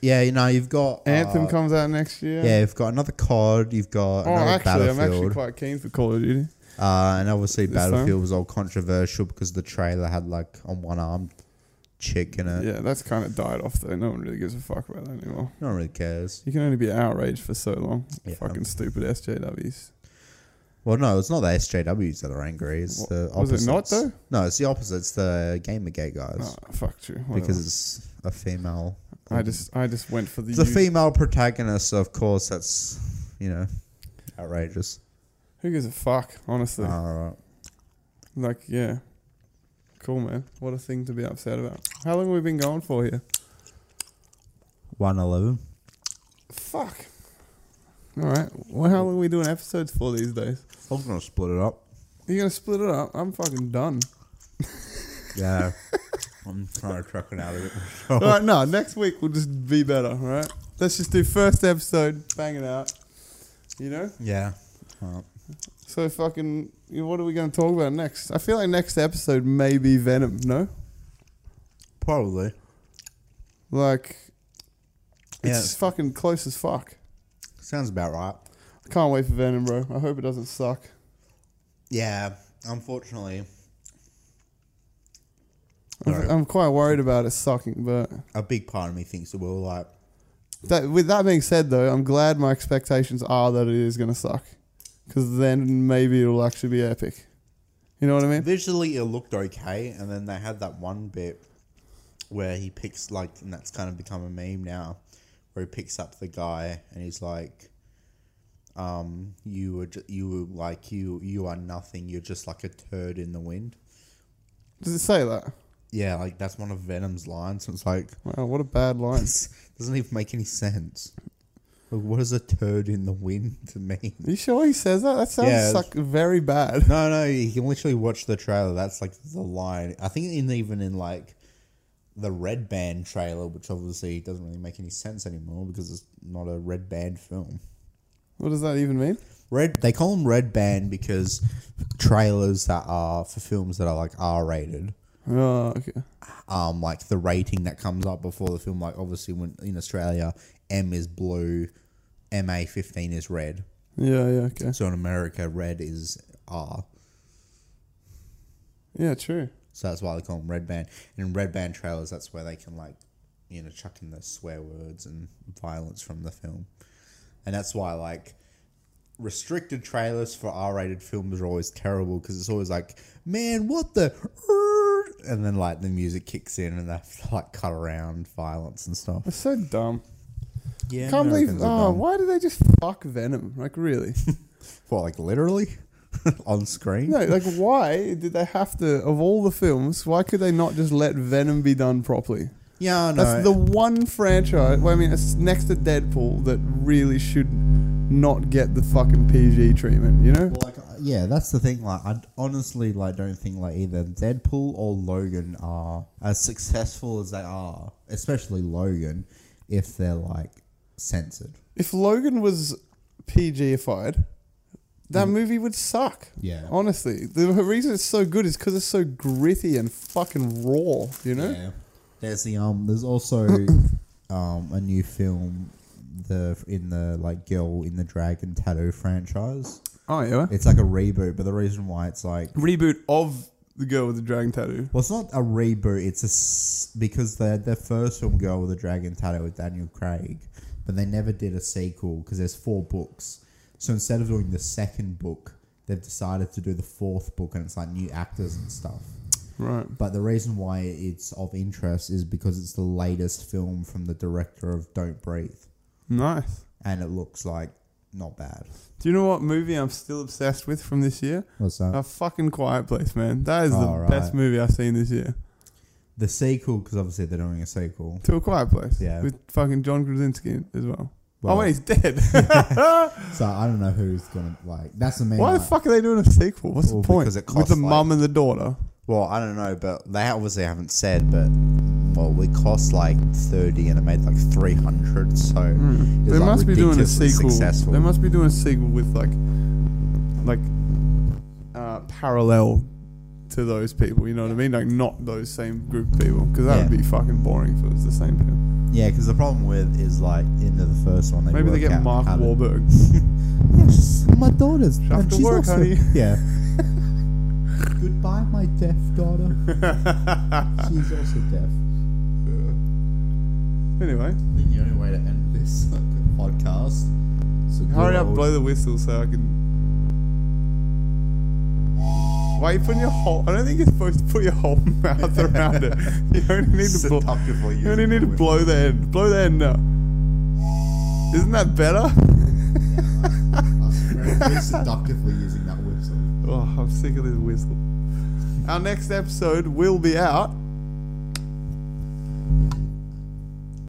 Yeah, you know you've got uh, Anthem comes out next year. Yeah, you've got another COD. You've got Oh, another actually, I'm actually Battlefield. quite keen for Call of Duty. Uh, and obviously, This Battlefield time? was all controversial because the trailer had like a one armed chick in it. Yeah, that's kind of died off though. No one really gives a fuck about that anymore. No one really cares. You can only be outraged for so long. Yeah. Fucking stupid SJWs. Well, no, it's not the SJWs that are angry. It's What- the was opposite. it not, though? No, it's the opposite. It's the Gamergate Oh, guys fuck you. because Because it's a female. Um, I just, I just went for the. it's a u- female protagonist, so of course. That's you know outrageous. Uh, Who gives a fuck? Honestly, All right. like yeah, cool man. What a thing to be upset about. How long have we been going for here? One eleven. Fuck. All right. Well, how long are we doing episodes for these days? I was gonna split it up. You're gonna split it up. I'm fucking done. Yeah. I'm trying to truck it out of it. All right. No, next week we'll just be better. All right. Let's just do first episode, bang it out. You know. Yeah. Alright. So fucking, you know, what are we gonna talk about next? I feel like next episode may be Venom. No. Probably. Like, Yeah. it's fucking close as fuck. Sounds about right. I can't wait for Venom, bro. I hope it doesn't suck. Yeah. Unfortunately, I'm, Alright. I'm quite worried about it sucking, but a big part of me thinks it will. Like, that, with that being said, though, I'm glad my expectations are that it is gonna suck, because then maybe it'll actually be epic. You know what I mean? visually it looked okay and then they had that one bit where he picks like and that's kind of become a meme now where he picks up the guy and he's like um you were ju- you were like you you are nothing you're just like a turd in the wind Does it say that? yeah like that's one of venom's lines and it's like Wow, what a bad line. it's, doesn't even make any sense like, what does a turd in the wind mean Are you sure he says that? That sounds Yeah. suck very bad. No, no, you can literally watch the trailer. That's like the line. I think in even in like the red band trailer, which obviously doesn't really make any sense anymore because it's not a red band film. What does that even mean? Red they call them red band because trailers that are for films that are like R rated. Oh, okay. Um, like the rating that comes up before the film, like obviously when in Australia, M is blue, MA fifteen is red. Yeah, yeah, okay. So in America, red is R. Yeah, true. So that's why they call them red band. And in red band trailers, that's where they can like, you know, chuck in the swear words and violence from the film. And that's why like restricted trailers for R-rated films are always terrible because it's always like, man, what the, and then like the music kicks in and they have to like cut around violence and stuff. It's so dumb. Yeah, Can't believe. Americans are Oh, dumb. why do they just fuck Venom? Like, really? What like literally on screen? no, like, why did they have to? Of all the films, why could they not just let Venom be done properly? Yeah, no. That's the one franchise. Well, I mean, it's next to Deadpool that really should not get the fucking PG treatment. You know? Well, like uh, yeah, that's the thing. Like I d- honestly like don't think like either Deadpool or Logan are as successful as they are, especially Logan, if they're like censored. If Logan was PG-ified, that movie would suck. Mm. Yeah. Honestly, the reason it's so good is because it's so gritty and fucking raw. You know? Yeah. There's the um. There's also um a new film the in the like girl in the dragon tattoo franchise. Oh yeah. It's like a reboot, but the reason why it's like Reboot of the girl with the dragon tattoo. Well, it's not a reboot. It's a s- because the the first film, Girl with the Dragon Tattoo, with Daniel Craig, but they never did a sequel because there's four books. So instead of doing the second book, they've decided to do the fourth book, and it's like new actors and stuff. Right. But the reason why it's of interest is because it's the latest film from the director of Don't Breathe, Nice. and it looks like not bad. Do you know what movie I'm still obsessed with from this year? What's that? A fucking Quiet Place, man. That is the Oh, right. best movie I've seen this year. the sequel, because obviously they're doing a sequel. To A Quiet Place. Yeah. With fucking John Krasinski as well. Well- oh, wait, he's dead. So I don't know who's gonna like. That's the main. Why the like- fuck are they doing a sequel? What's Well, the point? because it with costs, the like- mum and the daughter. Well, I don't know, but they obviously haven't said, but well, it cost like thirty, and it made like three hundred. So it was, They Mm. like, must be doing a ridiculously sequel. Successful. They must be doing a sequel with like, like, uh, parallel to those people. You know what I mean? Like not those same group of people, because that would Yeah. be fucking boring if it was the same people. yeah, because the problem with is like into the first one, they Maybe they work get out Mark how to- Wahlberg. Yeah, she's my daughter's. off and to she's work, also- honey. Yeah. Goodbye, my deaf daughter. she's also deaf. Anyway, I think the only way to end this podcast. is a good hurry up, old- blow the whistle so I can. Why are you putting your whole? I don't think you're supposed to put your whole mouth around it. You only need to blow. Seductively You only using need to the blow the end. Blow the end now. Isn't that better? I swear, I'm seductively using that whistle. Oh, I'm sick of this whistle. Our next episode will be out